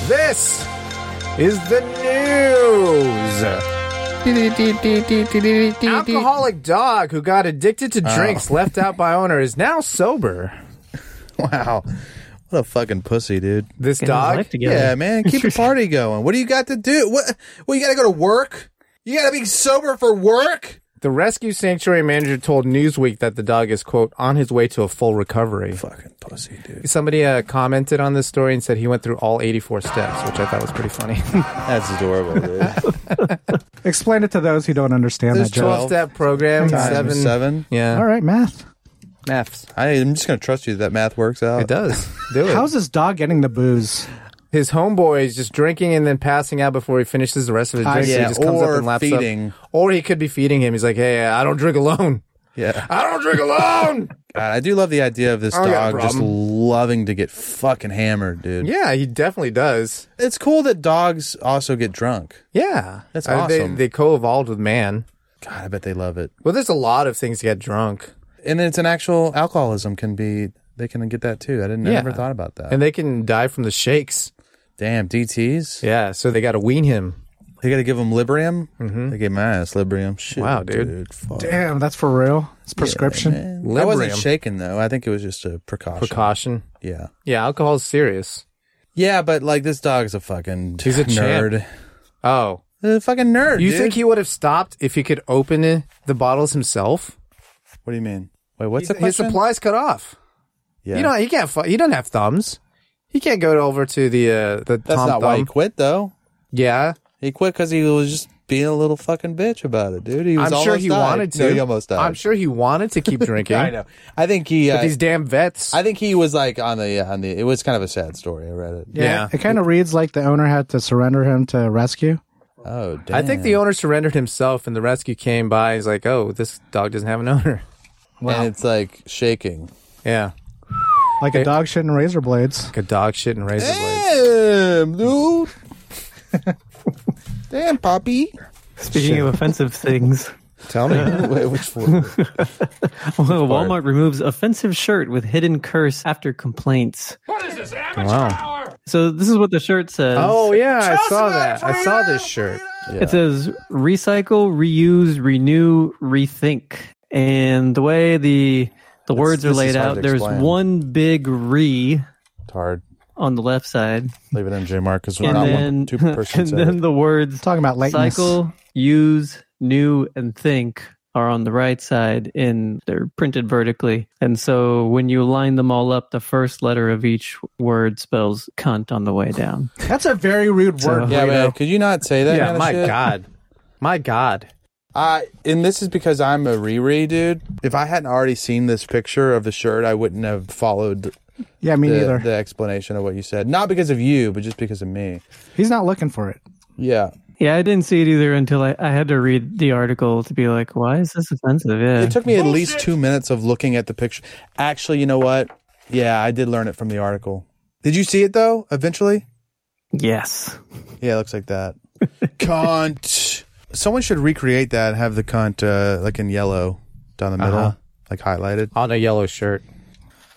Speaker 1: this is the news. Alcoholic dog who got addicted to drinks left out by owner is now sober.
Speaker 2: Wow. What a fucking pussy, dude.
Speaker 1: This
Speaker 8: Getting his
Speaker 1: dog,
Speaker 8: life together.
Speaker 2: Yeah, man. Keep the party going. What do you got to do? What? Well, you got to go to work? You got to be sober for work?
Speaker 1: the rescue sanctuary manager told Newsweek that the dog is quote on his way to a full recovery.
Speaker 2: Fucking pussy, dude.
Speaker 1: Somebody uh, commented on this story and said he went through all 84 steps, which I thought was pretty funny.
Speaker 2: That's adorable, dude.
Speaker 3: Explain it to those who don't understand
Speaker 2: There's
Speaker 3: that joke.
Speaker 1: 12 step program,
Speaker 2: Seven.
Speaker 1: seven,
Speaker 2: Seven.
Speaker 1: Yeah.
Speaker 3: All right, math.
Speaker 1: Maths.
Speaker 2: I, I'm just going to trust you that math works out.
Speaker 1: It does. Do it.
Speaker 3: How's this dog getting the booze?
Speaker 1: his homeboy is just drinking and then passing out before he finishes the rest of his
Speaker 3: I
Speaker 1: drink. so
Speaker 2: see.
Speaker 1: he just comes up
Speaker 2: Ah, Or
Speaker 1: and laps
Speaker 2: feeding.
Speaker 1: up. Or he could be feeding him. He's like, hey, I don't drink alone.
Speaker 2: Yeah.
Speaker 1: I don't drink alone.
Speaker 2: God, I do love the idea of this
Speaker 1: I don't got a
Speaker 2: dog just loving to get fucking hammered, dude.
Speaker 1: yeah, he definitely does.
Speaker 2: It's cool that dogs also get drunk.
Speaker 1: Yeah.
Speaker 2: That's
Speaker 1: Uh, they-
Speaker 2: awesome.
Speaker 1: they co evolved with man.
Speaker 2: God, I bet they love it.
Speaker 1: Well, there's a lot of things to get drunk.
Speaker 2: and it's an actual alcoholism can be they can get that too. I didn't I never thought about that.
Speaker 1: And they can die from the shakes.
Speaker 2: Damn DTS.
Speaker 1: Yeah, so they got to wean him.
Speaker 2: They got to give him Librium. They gave my ass Librium. Shit,
Speaker 1: Mm-hmm. Wow, dude.
Speaker 2: fuck.
Speaker 3: Damn, that's for real. It's prescription.
Speaker 2: I wasn't
Speaker 1: Librium.
Speaker 2: shaking though. I think it was just a precaution.
Speaker 1: Precaution.
Speaker 2: yeah.
Speaker 1: Yeah, alcohol's serious.
Speaker 2: Yeah, but like this dog's a fucking
Speaker 1: He's a champ.
Speaker 2: nerd.
Speaker 1: Oh,
Speaker 2: He's a fucking nerd.
Speaker 1: you
Speaker 2: dude.
Speaker 1: think he would have stopped if he could open i- the bottles himself?
Speaker 2: What do you mean? Wait, what's the
Speaker 1: His- His
Speaker 2: question?
Speaker 1: supplies cut off.
Speaker 2: yeah.
Speaker 1: You know, he can't. Fu- he doesn't have thumbs. He can't go over to the uh, the
Speaker 2: that's
Speaker 1: Tom
Speaker 2: not why he
Speaker 1: Thumb.
Speaker 2: quit though.
Speaker 1: Yeah,
Speaker 2: He quit because he was just being a little fucking bitch about it, dude. He was
Speaker 1: I'm sure
Speaker 2: almost
Speaker 1: he
Speaker 2: died.
Speaker 1: wanted to.
Speaker 2: No, he almost died.
Speaker 1: I'm sure he wanted to keep drinking.
Speaker 2: I know. I think he.
Speaker 1: But
Speaker 2: Uh,
Speaker 1: these damn vets.
Speaker 2: I think he was like on the on the. It was kind of a sad story. I read it.
Speaker 1: yeah.
Speaker 3: It kind of reads like the owner had to surrender him to rescue.
Speaker 2: Oh, damn.
Speaker 1: I think the owner surrendered himself, and the rescue came by. He's like, "Oh, this dog doesn't have an owner."
Speaker 2: And it's like shaking.
Speaker 1: Yeah,
Speaker 3: Like a dog shit and razor blades.
Speaker 1: like a dog shit and razor blades.
Speaker 2: Damn, dude. damn, Poppy.
Speaker 8: Speaking of offensive things,
Speaker 2: Tell me Wait, which one?
Speaker 8: Walmart removes offensive shirt with hidden curse after complaints.
Speaker 4: What is this, amateur hour?
Speaker 8: So this is what the shirt says.
Speaker 1: Oh yeah, I saw that. I saw this shirt.
Speaker 8: It says recycle, reuse, renew, rethink. And the way the the words are
Speaker 2: this is
Speaker 8: laid
Speaker 2: hard
Speaker 8: out,
Speaker 2: to
Speaker 8: there's
Speaker 2: explain.
Speaker 8: one big re
Speaker 2: It's hard.
Speaker 8: on the left side,
Speaker 2: Leave it in, J. Mark, because we're
Speaker 8: and
Speaker 2: not
Speaker 8: then
Speaker 2: one two person.
Speaker 8: and then the words
Speaker 3: Talking about lateness.
Speaker 8: cycle, use, new, and think are on the right side in they're printed vertically. And so when you line them all up, the first letter of each word spells cunt on the way down.
Speaker 3: That's a very rude word.
Speaker 2: Yeah,
Speaker 3: Plato.
Speaker 2: man. Could you not say that?
Speaker 1: Yeah,
Speaker 2: kind of
Speaker 1: my
Speaker 2: shit?
Speaker 1: god, my god.
Speaker 2: Uh, and this is because I'm a Riri dude. If I hadn't already seen this picture of the shirt, I wouldn't have followed
Speaker 3: yeah me
Speaker 2: the,
Speaker 3: neither.
Speaker 2: the explanation of what you said. Not because of you, but just because of me.
Speaker 3: He's not looking for it.
Speaker 2: Yeah.
Speaker 8: Yeah, I didn't see it either until I, I had to read the article to be like, why is this offensive? Yeah.
Speaker 2: It took me at least two minutes of looking at the picture. Actually, you know what? Yeah, I did learn it from the article. Did you see it though? Eventually?
Speaker 8: yes.
Speaker 2: Yeah, it looks like that. cunt. Someone should recreate that and have the cunt uh, like in yellow down the middle,
Speaker 1: Uh-huh.
Speaker 2: like highlighted.
Speaker 1: On a yellow shirt.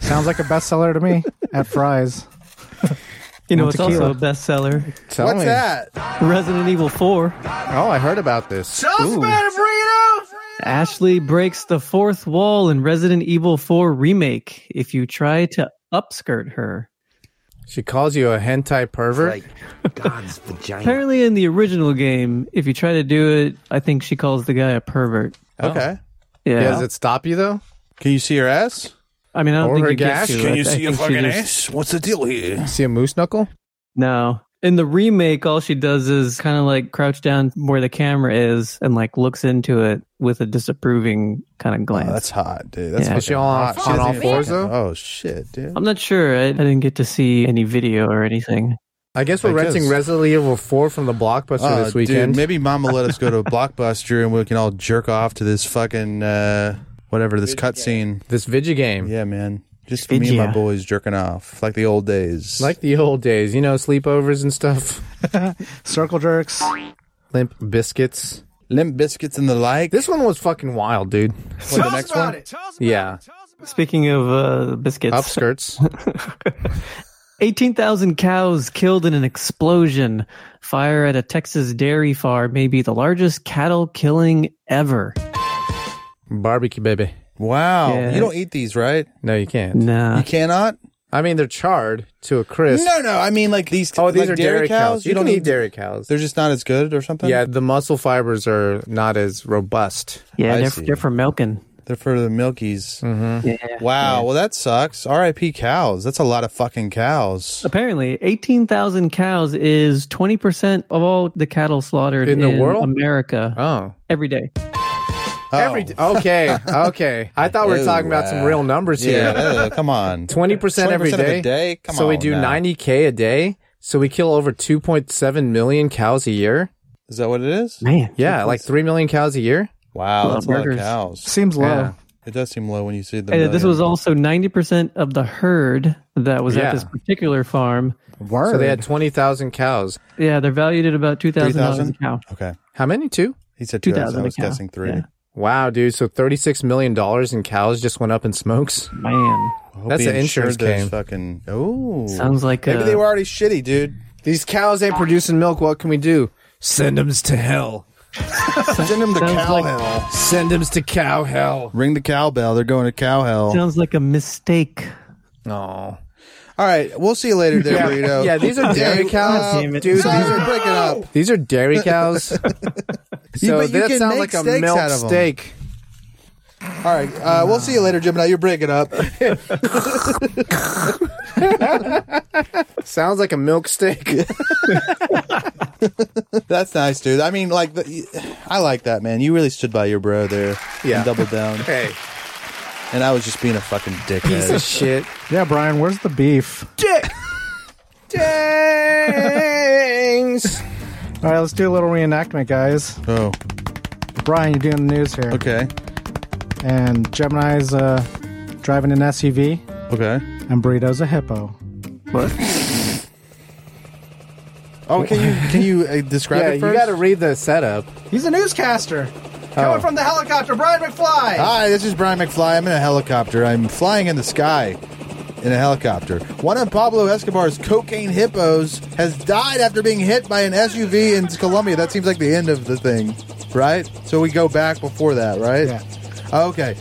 Speaker 3: Sounds like a bestseller to me at Fry's.
Speaker 8: You know,
Speaker 3: Want
Speaker 8: it's
Speaker 3: tequila.
Speaker 8: also a bestseller.
Speaker 1: Tell
Speaker 2: What's
Speaker 1: me.
Speaker 2: that?
Speaker 8: Resident Evil 4.
Speaker 1: Oh, I heard about this.
Speaker 8: Ashley breaks the fourth wall in Resident Evil 4 remake if you try to upskirt her.
Speaker 1: She calls you a hentai pervert.
Speaker 9: Like God's vagina.
Speaker 8: Apparently, in the original game, if you try to do it, I think she calls the guy a pervert.
Speaker 1: Oh.
Speaker 2: Okay.
Speaker 8: Yeah.
Speaker 1: Does it stop you though?
Speaker 2: Can you see her ass?
Speaker 8: I mean, I
Speaker 1: or
Speaker 8: don't think
Speaker 1: her
Speaker 8: you get
Speaker 1: gash?
Speaker 8: to.
Speaker 1: Can
Speaker 8: I- I think she just-
Speaker 2: What's the deal here?
Speaker 1: See a moose knuckle?
Speaker 8: No. In the remake, all she does is kind of like crouch down where the camera is and like looks into it with a disapproving kind of glance.
Speaker 2: Oh, that's hot, dude. That's
Speaker 8: Yeah.
Speaker 2: fucking
Speaker 1: Is she all on,
Speaker 2: hot.
Speaker 1: on all
Speaker 2: She's-
Speaker 1: fours though?
Speaker 2: Oh shit, dude.
Speaker 8: I'm not sure. I, I didn't get to see any video or anything.
Speaker 1: I guess we're
Speaker 2: I guess.
Speaker 1: renting Resident Evil 4 from the Blockbuster
Speaker 2: Oh,
Speaker 1: this weekend.
Speaker 2: Dude, maybe Mom will let us go to a blockbuster and we can all jerk off to this fucking uh, whatever this cutscene.
Speaker 1: this video game.
Speaker 2: Yeah, man. Just
Speaker 8: Did
Speaker 2: me and my
Speaker 8: ya?
Speaker 2: boys jerking off like the old days.
Speaker 1: Like the old days, you know, sleepovers and stuff.
Speaker 3: Circle jerks.
Speaker 1: Limp biscuits.
Speaker 2: limp biscuits and the like.
Speaker 1: This one was fucking wild, dude.
Speaker 2: What, the next one.
Speaker 1: Yeah.
Speaker 8: Speaking of uh, biscuits,
Speaker 1: Upskirts.
Speaker 8: 18,000 cows killed in an explosion. Fire at a Texas dairy farm may be the largest cattle killing ever.
Speaker 1: Barbecue, baby.
Speaker 2: Wow,
Speaker 8: Yeah.
Speaker 2: you don't eat these, right?
Speaker 1: No, you can't.
Speaker 8: Nah.
Speaker 2: You cannot.
Speaker 1: I mean, they're charred to a crisp.
Speaker 2: No, no. I mean, like these.
Speaker 1: Oh, these
Speaker 2: like
Speaker 1: are dairy, cows.
Speaker 2: You, don't
Speaker 1: can
Speaker 2: eat
Speaker 1: eat dairy cows.
Speaker 2: They're just not as good or something.
Speaker 1: yeah, the muscle fibers are not as robust.
Speaker 8: Yeah,
Speaker 2: I
Speaker 8: they're,
Speaker 2: see.
Speaker 8: they're for milking.
Speaker 2: they're for the milkies.
Speaker 1: Mm-hmm.
Speaker 2: Wow. Well, that sucks. R.I.P. cows. That's a lot of fucking cows.
Speaker 8: Apparently, 18,000 cows is 20% of all the cattle slaughtered
Speaker 1: In
Speaker 8: in,
Speaker 1: the world?
Speaker 8: America
Speaker 2: Uh,
Speaker 1: Oh.
Speaker 8: every day.
Speaker 1: Every d- okay, okay. I thought we were
Speaker 2: Oh,
Speaker 1: talking about some
Speaker 2: wow.
Speaker 1: real numbers
Speaker 2: Yeah,
Speaker 1: here.
Speaker 2: uh, come on.
Speaker 1: 20% every
Speaker 2: 20% of
Speaker 1: day.
Speaker 2: a day? Come
Speaker 1: so we
Speaker 2: on
Speaker 1: do
Speaker 2: now.
Speaker 1: 90k a day. So we kill over 2.7 million cows a year.
Speaker 2: Is that what it is?
Speaker 8: Man.
Speaker 1: Yeah, like 3 million cows a year.
Speaker 2: Wow, that's a lot of
Speaker 8: burgers.
Speaker 2: cows.
Speaker 3: Seems low.
Speaker 1: Yeah.
Speaker 2: It does seem low when you see the.
Speaker 8: And this
Speaker 2: million.
Speaker 8: was also 90% of the herd that was
Speaker 1: Yeah.
Speaker 8: at this particular farm.
Speaker 1: So they had 20,000 cows.
Speaker 8: Yeah, they're valued at about $2,000 a
Speaker 2: 3,000?
Speaker 8: cow.
Speaker 2: Okay.
Speaker 1: How many? Two?
Speaker 2: He said two thousand. I
Speaker 8: 2,000
Speaker 2: was
Speaker 8: a cow.
Speaker 2: guessing three.
Speaker 8: Yeah.
Speaker 1: Wow, dude. So $36 million in cows just went up in smokes?
Speaker 8: Man.
Speaker 2: Hope
Speaker 1: That's
Speaker 2: he
Speaker 1: an insurance
Speaker 2: insured
Speaker 1: claim.
Speaker 2: those Fucking oh,
Speaker 8: Sounds like
Speaker 2: maybe
Speaker 8: a-
Speaker 2: they were already shitty, dude.
Speaker 1: These cows ain't producing milk. What can we do? Send 'ems to hell.
Speaker 2: Send them to
Speaker 8: Sounds
Speaker 2: cow
Speaker 8: like-
Speaker 2: hell.
Speaker 1: Send 'ems to cow hell.
Speaker 2: Ring the cowbell. They're going to cow hell.
Speaker 8: Sounds like a mistake.
Speaker 1: Oh.
Speaker 2: All right, we'll see you later, there, burrito.
Speaker 1: Yeah, these are dairy cows.
Speaker 8: damn it.
Speaker 1: Dude,
Speaker 2: So
Speaker 1: these
Speaker 2: these
Speaker 1: are
Speaker 2: are breaking up.
Speaker 1: these are dairy cows. so
Speaker 2: but you
Speaker 1: that
Speaker 2: can
Speaker 1: sounds
Speaker 2: make
Speaker 1: like a
Speaker 2: steaks
Speaker 1: milk
Speaker 2: out of 'em.
Speaker 1: steak.
Speaker 2: All right, uh, we'll see you later, Gemini. You're breaking up.
Speaker 1: Sounds like a milk steak.
Speaker 2: That's nice, dude. I mean, like, the, I like that, man. You really stood by your bro there.
Speaker 1: Yeah.
Speaker 2: And doubled down.
Speaker 1: hey,
Speaker 2: And I was just being a fucking
Speaker 1: piece of
Speaker 2: dickhead.
Speaker 1: shit.
Speaker 3: Yeah, Brian, where's the beef?
Speaker 1: Dings.
Speaker 3: All right, let's do a little reenactment, guys.
Speaker 2: oh,
Speaker 3: Brian, you're doing the news here.
Speaker 2: okay.
Speaker 3: And Gemini's uh, driving an SUV,
Speaker 2: Okay.
Speaker 3: and Burrito's a hippo.
Speaker 2: Oh, can you can you uh, describe
Speaker 1: yeah,
Speaker 2: it
Speaker 1: you
Speaker 2: first?
Speaker 1: got to read the setup.
Speaker 3: He's a newscaster.
Speaker 1: Oh.
Speaker 3: Coming from the helicopter, Brian McFly.
Speaker 2: Hi, this is Brian McFly. I'm in a helicopter. I'm flying in the sky in a helicopter. One of Pablo Escobar's cocaine hippos has died after being hit by an SUV in Colombia. That seems like the end of the thing, right? So we go back before that, right?
Speaker 3: Yeah.
Speaker 2: Okay.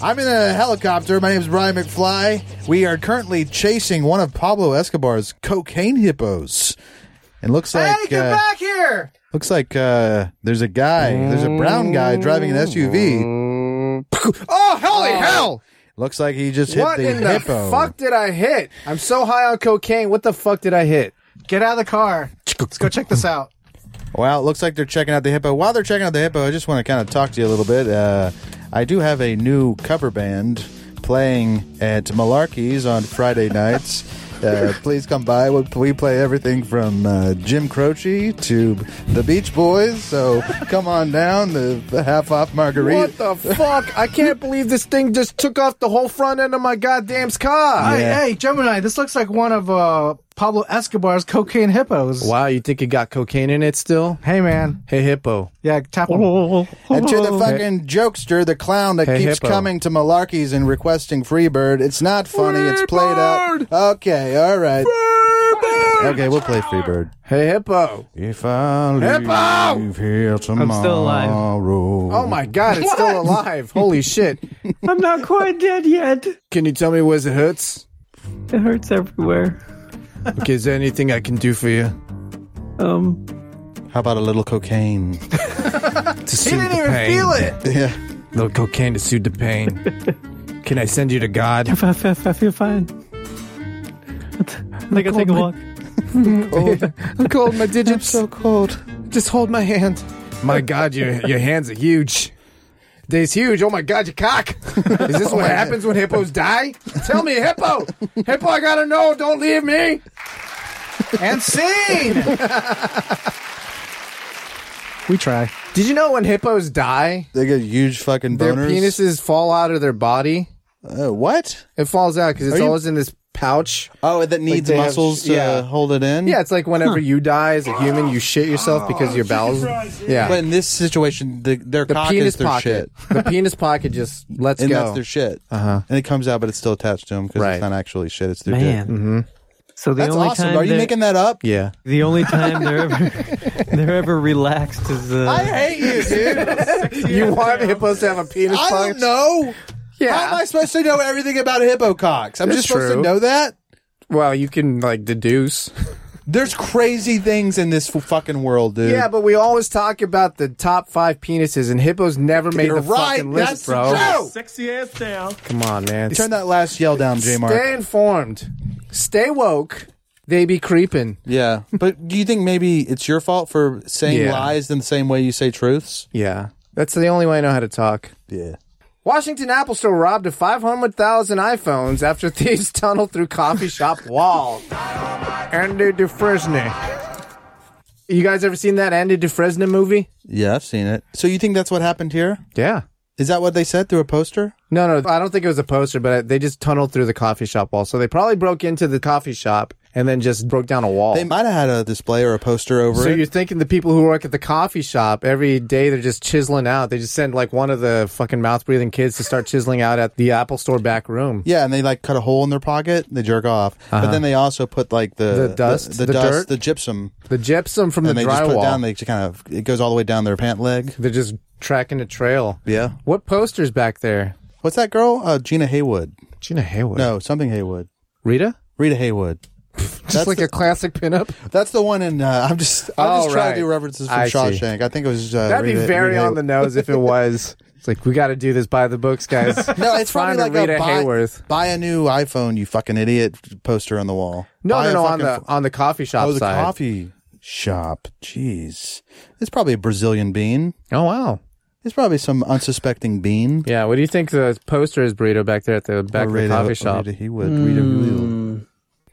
Speaker 2: I'm in a helicopter. My name is Brian McFly. We are currently chasing one of Pablo Escobar's cocaine hippos. And looks like uh,
Speaker 3: here!
Speaker 2: looks like uh, there's a guy, there's a brown guy driving an SUV.
Speaker 1: Oh, holy hell!
Speaker 2: Looks like he just hit
Speaker 1: What
Speaker 2: the
Speaker 1: in the
Speaker 2: hippo.
Speaker 1: fuck did I hit? I'm so high on cocaine. What the fuck did I hit?
Speaker 3: Get out of the car. Let's go check this out.
Speaker 2: Well, it looks like they're checking out the hippo. While they're checking out the hippo, I just want to kind of talk to you a little bit. Uh, I do have a new cover band playing at Malarkey's on Friday nights. Uh, please come by. We- We play everything from uh, Jim Croce to the Beach Boys. So come on down. The, the half off margarita.
Speaker 1: What the fuck? I can't believe this thing just took off the whole front end of my goddamn car.
Speaker 2: Yeah.
Speaker 3: Hey, hey, Gemini, this looks like one of uh, Pablo Escobar's cocaine hippos.
Speaker 1: Wow, you think it got cocaine in it still?
Speaker 3: Hey, man.
Speaker 1: Hey, hippo.
Speaker 3: Yeah, tap him.
Speaker 2: And to the fucking jokester, the clown that
Speaker 1: Hey,
Speaker 2: keeps
Speaker 1: hippo.
Speaker 2: coming to Malarkey's and requesting Freebird. It's not funny. It's played out. Okay, all right. Okay, we'll play Freebird.
Speaker 1: Hey, hippo.
Speaker 2: If I
Speaker 1: Hippo!
Speaker 2: leave here tomorrow,
Speaker 8: I'm still alive.
Speaker 1: Oh my god, it's still alive. Holy shit.
Speaker 8: I'm not quite dead yet. It
Speaker 1: Can you tell me where it hurts?
Speaker 8: hurts everywhere.
Speaker 1: Okay, is there anything I can do for you?
Speaker 8: Um,
Speaker 2: How about a little cocaine?
Speaker 1: To soothe he didn't even feel it.
Speaker 2: yeah.
Speaker 1: Little cocaine to soothe the pain. can I send you to God?
Speaker 8: if I, if I, if I feel fine. I think I'll take a walk.
Speaker 1: I'm cold, my digits.
Speaker 2: cold.
Speaker 1: Just hold my hand. My God, your your hands are huge. They's huge. Oh my God, your cock. Is this what happens when hippos die? Tell me, hippo. Hippo, I gotta know. Don't leave me.
Speaker 3: And scene! we try.
Speaker 1: Did you know when hippos die,
Speaker 2: They get huge fucking
Speaker 1: their
Speaker 2: boners.
Speaker 1: penises fall out of their body?
Speaker 2: Uh, what?
Speaker 1: It falls out because it's
Speaker 2: Are you-
Speaker 1: always in this pouch.
Speaker 2: Oh, that needs
Speaker 1: they have-
Speaker 2: muscles to
Speaker 1: yeah.
Speaker 2: hold it in.
Speaker 1: Yeah, it's like whenever you die as a human, you shit yourself because your bowels. Yeah,
Speaker 2: But in this situation, the, their
Speaker 1: the
Speaker 2: cock
Speaker 1: penis
Speaker 2: is their shit.
Speaker 1: pocket. The penis pocket just lets
Speaker 2: and
Speaker 1: go.
Speaker 2: that's their shit. And it comes out, but it's still attached to them because
Speaker 1: Uh-huh. Right.
Speaker 2: it's not actually shit. It's their
Speaker 8: Man.
Speaker 2: dick.
Speaker 8: So
Speaker 2: Mm-hmm.
Speaker 8: the
Speaker 2: That's
Speaker 8: only
Speaker 2: awesome.
Speaker 8: time
Speaker 2: Are you
Speaker 8: they're-
Speaker 2: making that up?
Speaker 1: yeah.
Speaker 8: the only time they're ever they're ever relaxed is uh,
Speaker 2: I hate you, dude.
Speaker 1: You want hippos to have a penis
Speaker 2: I
Speaker 1: pocket?
Speaker 2: don't know. How am
Speaker 1: Yeah.
Speaker 2: I supposed to know everything about hippo cocks? I'm
Speaker 1: That's
Speaker 2: just supposed
Speaker 1: true.
Speaker 2: to know that.
Speaker 1: Well, you can like deduce.
Speaker 2: There's crazy things in this f- fucking world, dude.
Speaker 1: Yeah, but we always talk about the top five penises, and hippos never made
Speaker 2: You're
Speaker 1: the
Speaker 2: right.
Speaker 1: fucking list,
Speaker 2: That's
Speaker 1: bro.
Speaker 2: true.
Speaker 5: Sexy ass down.
Speaker 1: Come on, man.
Speaker 2: Turn that last yell down, J Mark.
Speaker 1: Stay informed. Stay woke. They be creeping.
Speaker 2: Yeah, but do you think maybe it's your fault for saying
Speaker 1: Yeah.
Speaker 2: lies in the same way you say truths?
Speaker 1: Yeah. That's the only way I know how to talk.
Speaker 2: Yeah.
Speaker 1: Washington Apple Store robbed of 500,000 iPhones after thieves tunnel through coffee shop wall. Andy Dufresne. You guys ever seen that Andy Dufresne movie?
Speaker 2: Yeah, I've seen it. So you think that's what happened here?
Speaker 1: Yeah.
Speaker 2: Is that what they said through a poster?
Speaker 1: No, no, I don't think it was a poster, but they just tunneled through the coffee shop wall. So they probably broke into the coffee shop and then just broke down a wall.
Speaker 2: They might have had a display or a poster over
Speaker 1: so
Speaker 2: it.
Speaker 1: you're thinking the people who work at the coffee shop every day they're just chiseling out. They just send like one of the fucking mouth breathing kids to start chiseling out at the Apple Store back room.
Speaker 2: yeah, and they like cut a hole in their pocket. They jerk off, but then they also put like the
Speaker 1: Uh-huh. The dust,
Speaker 2: the,
Speaker 1: the
Speaker 2: dust,
Speaker 1: dirt.
Speaker 2: the gypsum,
Speaker 1: The gypsum from
Speaker 2: and
Speaker 1: the
Speaker 2: they just
Speaker 1: drywall.
Speaker 2: put it down. They just kind of it goes all the way down their pant leg.
Speaker 1: They're just tracking a trail.
Speaker 2: Yeah.
Speaker 1: What posters back there?
Speaker 2: What's that girl? Uh, Gina Haywood.
Speaker 1: Gina Hayward.
Speaker 2: No, something Haywood.
Speaker 1: Rita?
Speaker 2: Rita Haywood.
Speaker 1: Just like a classic pinup.
Speaker 2: That's the one in. Uh, I'm just. I'm
Speaker 1: Oh,
Speaker 2: just trying
Speaker 1: right.
Speaker 2: to do references from
Speaker 1: I see.
Speaker 2: Shawshank. I think it was. Uh,
Speaker 1: That'd be
Speaker 2: Rita-
Speaker 1: very
Speaker 2: Rita
Speaker 1: on the nose if it was. It's like we got to do this by the books, guys.
Speaker 2: No, it's probably
Speaker 1: Find
Speaker 2: like
Speaker 1: Rita
Speaker 2: a buy,
Speaker 1: Hayworth.
Speaker 2: buy a new iPhone, you fucking idiot poster on the wall.
Speaker 1: No,
Speaker 2: Buy
Speaker 1: no,
Speaker 2: a
Speaker 1: no, on
Speaker 2: fucking
Speaker 1: the on the coffee shop
Speaker 2: oh, the
Speaker 1: side.
Speaker 2: coffee shop. Jeez, it's probably a Brazilian bean.
Speaker 1: Oh wow.
Speaker 2: It's probably some unsuspecting bean.
Speaker 1: Yeah, what do you think the poster is, burrito, back there at the back
Speaker 2: Or
Speaker 1: of the
Speaker 2: Rita-
Speaker 1: coffee shop? Hmm.
Speaker 2: Rita Haywood, Rita Haywood.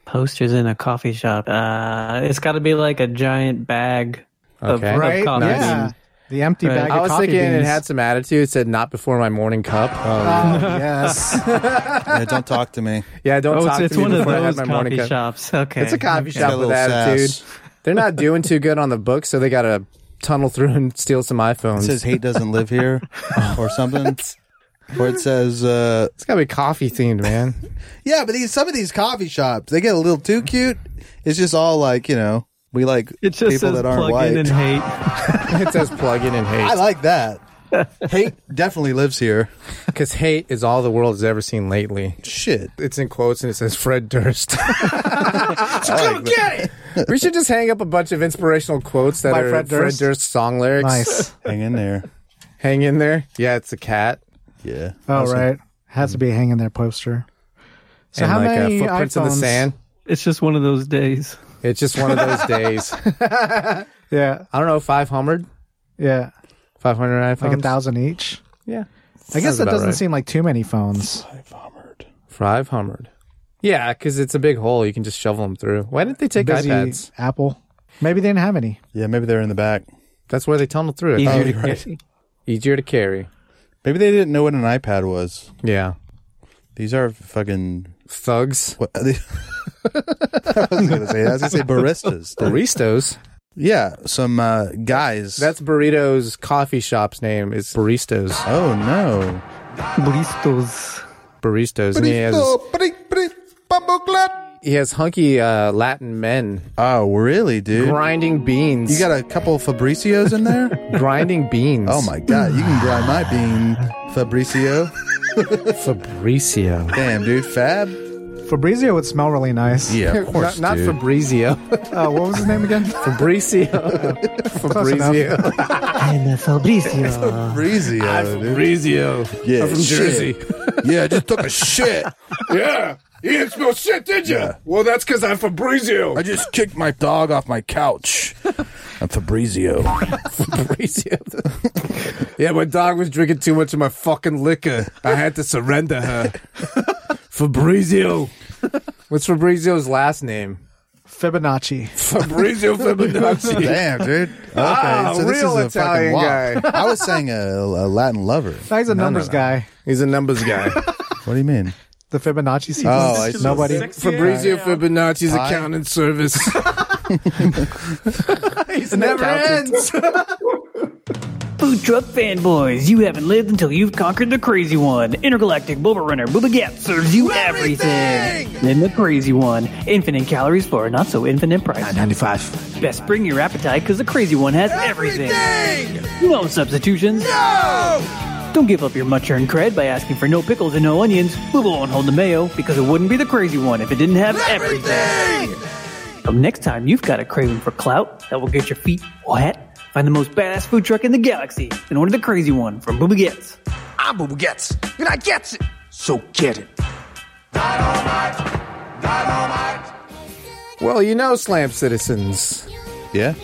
Speaker 8: Posters in a coffee shop. Uh, it's got to be like a giant bag of,
Speaker 1: Okay.
Speaker 8: of
Speaker 3: Right?
Speaker 8: coffee
Speaker 3: Yeah.
Speaker 8: beans.
Speaker 3: The empty
Speaker 8: Right.
Speaker 3: bag.
Speaker 1: I
Speaker 3: of
Speaker 1: was
Speaker 3: coffee
Speaker 1: thinking it
Speaker 3: beans.
Speaker 1: had some attitude. It said "Not before my morning cup."
Speaker 3: Oh, yes.
Speaker 2: Yeah, don't talk to me.
Speaker 1: yeah, don't
Speaker 8: Oh,
Speaker 1: talk
Speaker 8: it's, it's
Speaker 1: to me
Speaker 8: one of
Speaker 1: before I
Speaker 8: those
Speaker 1: have my morning cup.
Speaker 8: coffee shops. Okay,
Speaker 1: It's a coffee
Speaker 2: Got
Speaker 1: shop
Speaker 2: a
Speaker 1: with
Speaker 2: little
Speaker 1: attitude.
Speaker 2: sass.
Speaker 1: They're not doing too good on the books, so they got to tunnel through and steal some
Speaker 2: It
Speaker 1: iPhones.
Speaker 2: says hate doesn't live here, or something. Or it says, uh,
Speaker 1: it's got to be coffee themed, man.
Speaker 2: yeah, but these some of these coffee shops they get a little too cute. It's just all like you know we like
Speaker 8: It just
Speaker 2: people
Speaker 8: says
Speaker 2: that aren't
Speaker 8: plug
Speaker 2: white.
Speaker 8: in and hate.
Speaker 1: it says plug in and
Speaker 2: I
Speaker 1: hate
Speaker 2: like that. hate definitely lives here.
Speaker 1: because hate is all the world has ever seen lately.
Speaker 2: Shit.
Speaker 1: It's in quotes and it says Fred Durst.
Speaker 2: I like that.
Speaker 1: we should just hang up a bunch of inspirational quotes that
Speaker 3: By
Speaker 1: are
Speaker 3: Fred Durst?
Speaker 1: Fred Durst song lyrics.
Speaker 3: nice.
Speaker 2: Hang in there.
Speaker 1: Hang in there. Yeah, it's a cat.
Speaker 2: Yeah.
Speaker 3: Oh, right. Has to be hanging their poster. So
Speaker 1: and
Speaker 3: how
Speaker 1: like uh,
Speaker 3: many
Speaker 1: footprints in the
Speaker 3: iPhones-
Speaker 1: sand.
Speaker 8: It's just one of those days.
Speaker 1: It's just one of those days.
Speaker 3: Yeah,
Speaker 1: I don't know, five hundred,
Speaker 3: yeah,
Speaker 1: five hundred iPhones.
Speaker 3: like a thousand each.
Speaker 1: Yeah.
Speaker 3: I guess
Speaker 1: Sounds
Speaker 3: that
Speaker 1: about
Speaker 3: doesn't
Speaker 1: right.
Speaker 3: seem like too many phones.
Speaker 1: Five hundred. Yeah, because it's a big hole. You can just shovel them through. Why didn't they take
Speaker 3: Busy
Speaker 1: iPads?
Speaker 3: Apple. Maybe they didn't have any. Um,
Speaker 2: Yeah, maybe they're in the back.
Speaker 1: That's where they tunnel through.
Speaker 8: Easier
Speaker 1: It.
Speaker 8: to
Speaker 2: right.
Speaker 8: get.
Speaker 1: Easier to carry.
Speaker 2: Maybe they didn't know what an iPad was.
Speaker 1: Yeah.
Speaker 2: These are fucking.
Speaker 1: Thugs.
Speaker 2: What, are they- I was gonna say. I was gonna say baristas.
Speaker 1: Baristos.
Speaker 2: yeah, some uh, guys.
Speaker 1: That's Burrito's coffee shop's name is Baristos.
Speaker 2: Oh no!
Speaker 8: Bristos.
Speaker 1: Baristos. And he has, he has hunky uh, Latin men
Speaker 2: Oh really, dude?
Speaker 1: grinding beans.
Speaker 2: You got a couple Fabricios in there?
Speaker 1: grinding beans.
Speaker 2: oh my god! You can grind my bean, Fabricio.
Speaker 1: Fabricio.
Speaker 2: Damn, dude, Fab.
Speaker 3: Fabrizio would smell really nice.
Speaker 2: Yeah, of course,
Speaker 1: not not
Speaker 2: dude.
Speaker 1: Fabrizio.
Speaker 3: Uh, what was his name again?
Speaker 1: Fabricio. Fabrizio.
Speaker 8: I'm a Fabrizio.
Speaker 2: Fabrizio, dude.
Speaker 1: Fabrizio.
Speaker 2: Yeah,
Speaker 1: I'm from
Speaker 2: shit.
Speaker 1: Jersey.
Speaker 2: Yeah, I just took a shit.
Speaker 1: Yeah. You didn't smell shit, did you? Well, that's because I'm Fabrizio.
Speaker 2: I just kicked my dog off my couch. I'm Fabrizio.
Speaker 1: Fabrizio. yeah, my dog was drinking too much of my fucking liquor. I had to surrender her. Fabrizio. What's Fabrizio's last name?
Speaker 3: Fibonacci.
Speaker 1: Fabrizio Fibonacci.
Speaker 2: Damn, dude. Okay,
Speaker 1: Ah,
Speaker 2: so this
Speaker 1: real
Speaker 2: is a
Speaker 1: Italian
Speaker 2: fucking guy. I was saying a, a Latin lover.
Speaker 3: Now he's a numbers guy.
Speaker 1: He's a numbers guy.
Speaker 2: What do you mean?
Speaker 3: The Fibonacci sequence.
Speaker 2: Oh, I see.
Speaker 3: Nobody.
Speaker 1: Fabrizio Fibonacci's
Speaker 2: Hi.
Speaker 1: accounting service. He's never
Speaker 3: accountant.
Speaker 1: ends.
Speaker 8: Food truck fanboys, you haven't lived until you've conquered the crazy one. Intergalactic Booba Runner Booba Gap serves you everything. Then the crazy one, infinite calories for a not so infinite price.
Speaker 3: Ninety-five.
Speaker 8: Best bring your appetite because the crazy one has everything. You want substitutions? No!
Speaker 9: oh!
Speaker 8: Don't give up your much earned cred by asking for no pickles and no onions. Booba won't hold the mayo because it wouldn't be the crazy one if it didn't have everything. Come next time you've got a craving for clout that will get your feet wet, find the most badass food truck in the galaxy and order the crazy one from Booba Gets.
Speaker 9: I'm Booba Gets, and I gets it. So get it.
Speaker 1: Well, you know, Slam Citizens.
Speaker 2: Yeah.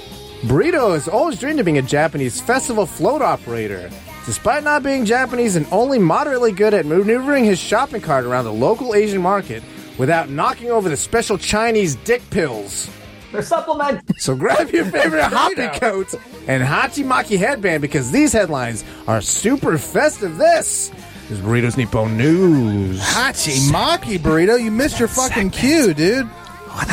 Speaker 1: Burrito has always dreamed of being a Japanese festival float operator. Despite not being Japanese and only moderately good at maneuvering his shopping cart around the local Asian market without knocking over the special Chinese dick pills.
Speaker 8: They're supplements.
Speaker 1: So grab your favorite hoppy coat and Hachimaki headband because these headlines are super festive. This
Speaker 11: is Burritos Nippon News.
Speaker 2: Hachimaki burrito, you missed your fucking cue, dude. God,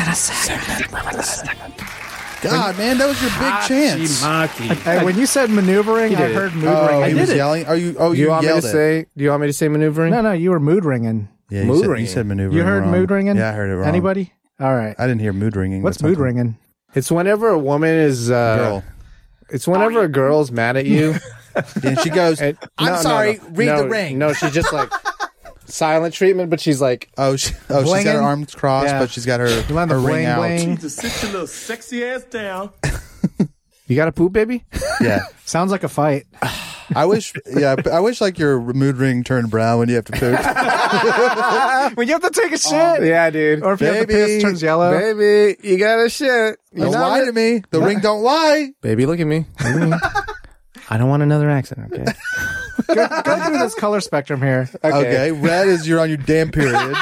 Speaker 2: man, that was your big chance.
Speaker 3: Hey, when you said maneuvering, I heard mood
Speaker 2: oh,
Speaker 3: ringing.
Speaker 2: He was yelling. Are you? Oh,
Speaker 1: Do
Speaker 2: you,
Speaker 1: you want me to
Speaker 2: yelled it.
Speaker 1: say? Do you want me to say maneuvering?
Speaker 3: No, no, you were mood ringing.
Speaker 2: Yeah, you
Speaker 1: Mood
Speaker 2: said, you
Speaker 1: ringing.
Speaker 2: said maneuvering.
Speaker 3: You heard
Speaker 2: wrong.
Speaker 3: mood ringing?
Speaker 2: Yeah, I heard it wrong.
Speaker 3: Anybody? All right.
Speaker 2: I didn't hear mood ringing.
Speaker 3: What's
Speaker 2: but
Speaker 3: mood
Speaker 2: something-
Speaker 3: ringing?
Speaker 1: It's whenever a woman is. Uh,
Speaker 2: Girl.
Speaker 1: It's whenever a girl's mad at you.
Speaker 2: And she goes,
Speaker 1: and-
Speaker 2: "I'm
Speaker 1: no, no,
Speaker 2: sorry.
Speaker 1: no.
Speaker 2: read
Speaker 1: No,
Speaker 2: the ring."
Speaker 1: No, she's just like silent treatment, but she's like,
Speaker 2: Oh, she, oh, she's got her
Speaker 3: Blinging?
Speaker 2: arms crossed,
Speaker 3: Yeah.
Speaker 2: but she's got her,
Speaker 3: You want the
Speaker 2: her ring
Speaker 3: bling
Speaker 2: out.
Speaker 3: bling?
Speaker 9: Just sit your little sexy ass down.
Speaker 1: "You got to poop, baby."
Speaker 2: Yeah,
Speaker 3: Sounds like a fight.
Speaker 2: I wish. Yeah, I wish like your mood ring turned brown when you have to poop.
Speaker 3: when you have to take a shit,
Speaker 1: Oh, yeah, dude.
Speaker 3: or if you have to
Speaker 2: baby,
Speaker 3: piss, turns yellow.
Speaker 1: baby, you got to shit. You
Speaker 2: Don't
Speaker 1: know
Speaker 2: lie
Speaker 1: it.
Speaker 2: to me. The ring don't lie.
Speaker 1: Baby, look at me. Look at me. I don't want another accident. Okay.
Speaker 3: Go, go through this color spectrum here.
Speaker 2: Okay. red is you're on your damn period.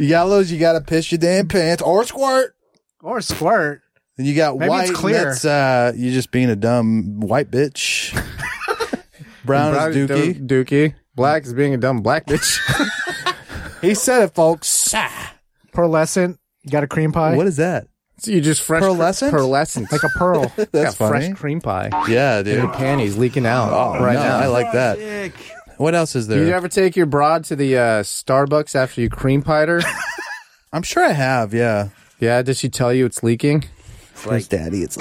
Speaker 2: Yellows, you gotta piss your damn pants or squirt.
Speaker 3: Or squirt.
Speaker 2: And you got
Speaker 3: Maybe
Speaker 2: white.
Speaker 3: it's clear.
Speaker 2: That's uh, you just being a dumb white bitch. Brown
Speaker 1: Brown
Speaker 2: is dookie.
Speaker 1: do- dookie. Black is being a dumb black bitch. he said it, folks.
Speaker 3: Pearlescent. You got a cream pie?
Speaker 2: What is that?
Speaker 1: So you just fresh
Speaker 2: Pearlescent?
Speaker 1: pearlescent,
Speaker 3: Like a pearl.
Speaker 2: That's
Speaker 1: Got
Speaker 2: funny.
Speaker 1: fresh cream pie.
Speaker 2: Yeah, dude.
Speaker 1: Your panties leaking out
Speaker 2: Oh,
Speaker 1: right
Speaker 2: no,
Speaker 1: now.
Speaker 2: I like that. What else is there?
Speaker 1: Did you ever take your broad to the uh, Starbucks after you cream pied her?
Speaker 2: I'm sure I have. Yeah.
Speaker 1: yeah, did she tell you it's leaking?
Speaker 2: Where's daddy? It's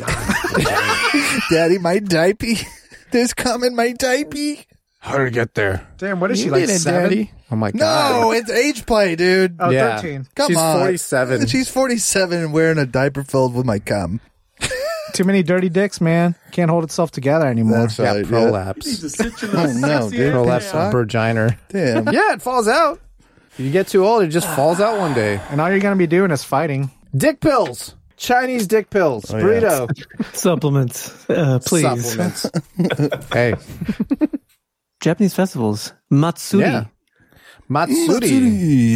Speaker 2: daddy, my diaper. There's cum in my diaper.
Speaker 11: Hurry, get there.
Speaker 3: Damn, what is she like?
Speaker 1: did it,
Speaker 3: Seven?
Speaker 1: Daddy. Oh my god.
Speaker 2: No, it's age play, dude.
Speaker 3: Oh,
Speaker 1: Yeah.
Speaker 3: 13.
Speaker 2: Come
Speaker 1: She's
Speaker 2: on.
Speaker 1: 47.
Speaker 2: She's 47 and wearing a diaper filled with my cum.
Speaker 3: Too many dirty dicks, man. Can't hold itself together anymore.
Speaker 2: That's
Speaker 1: Got
Speaker 2: right. yeah.
Speaker 1: prolapse.
Speaker 9: Just sit your
Speaker 2: Oh,
Speaker 9: little
Speaker 2: no,
Speaker 9: sexy
Speaker 2: dude.
Speaker 9: ass
Speaker 1: Prolapse
Speaker 2: Yeah.
Speaker 1: of virgina.
Speaker 2: Damn.
Speaker 1: Yeah, it falls out. You get too old, it just falls out one day.
Speaker 3: And all you're going to be doing is fighting.
Speaker 1: Dick pills. Chinese dick pills.
Speaker 2: Oh, yeah.
Speaker 1: Burrito.
Speaker 8: Supplements, uh, please.
Speaker 1: Supplements. hey.
Speaker 8: Japanese festivals. Matsuri.
Speaker 1: Yeah. Matsuri.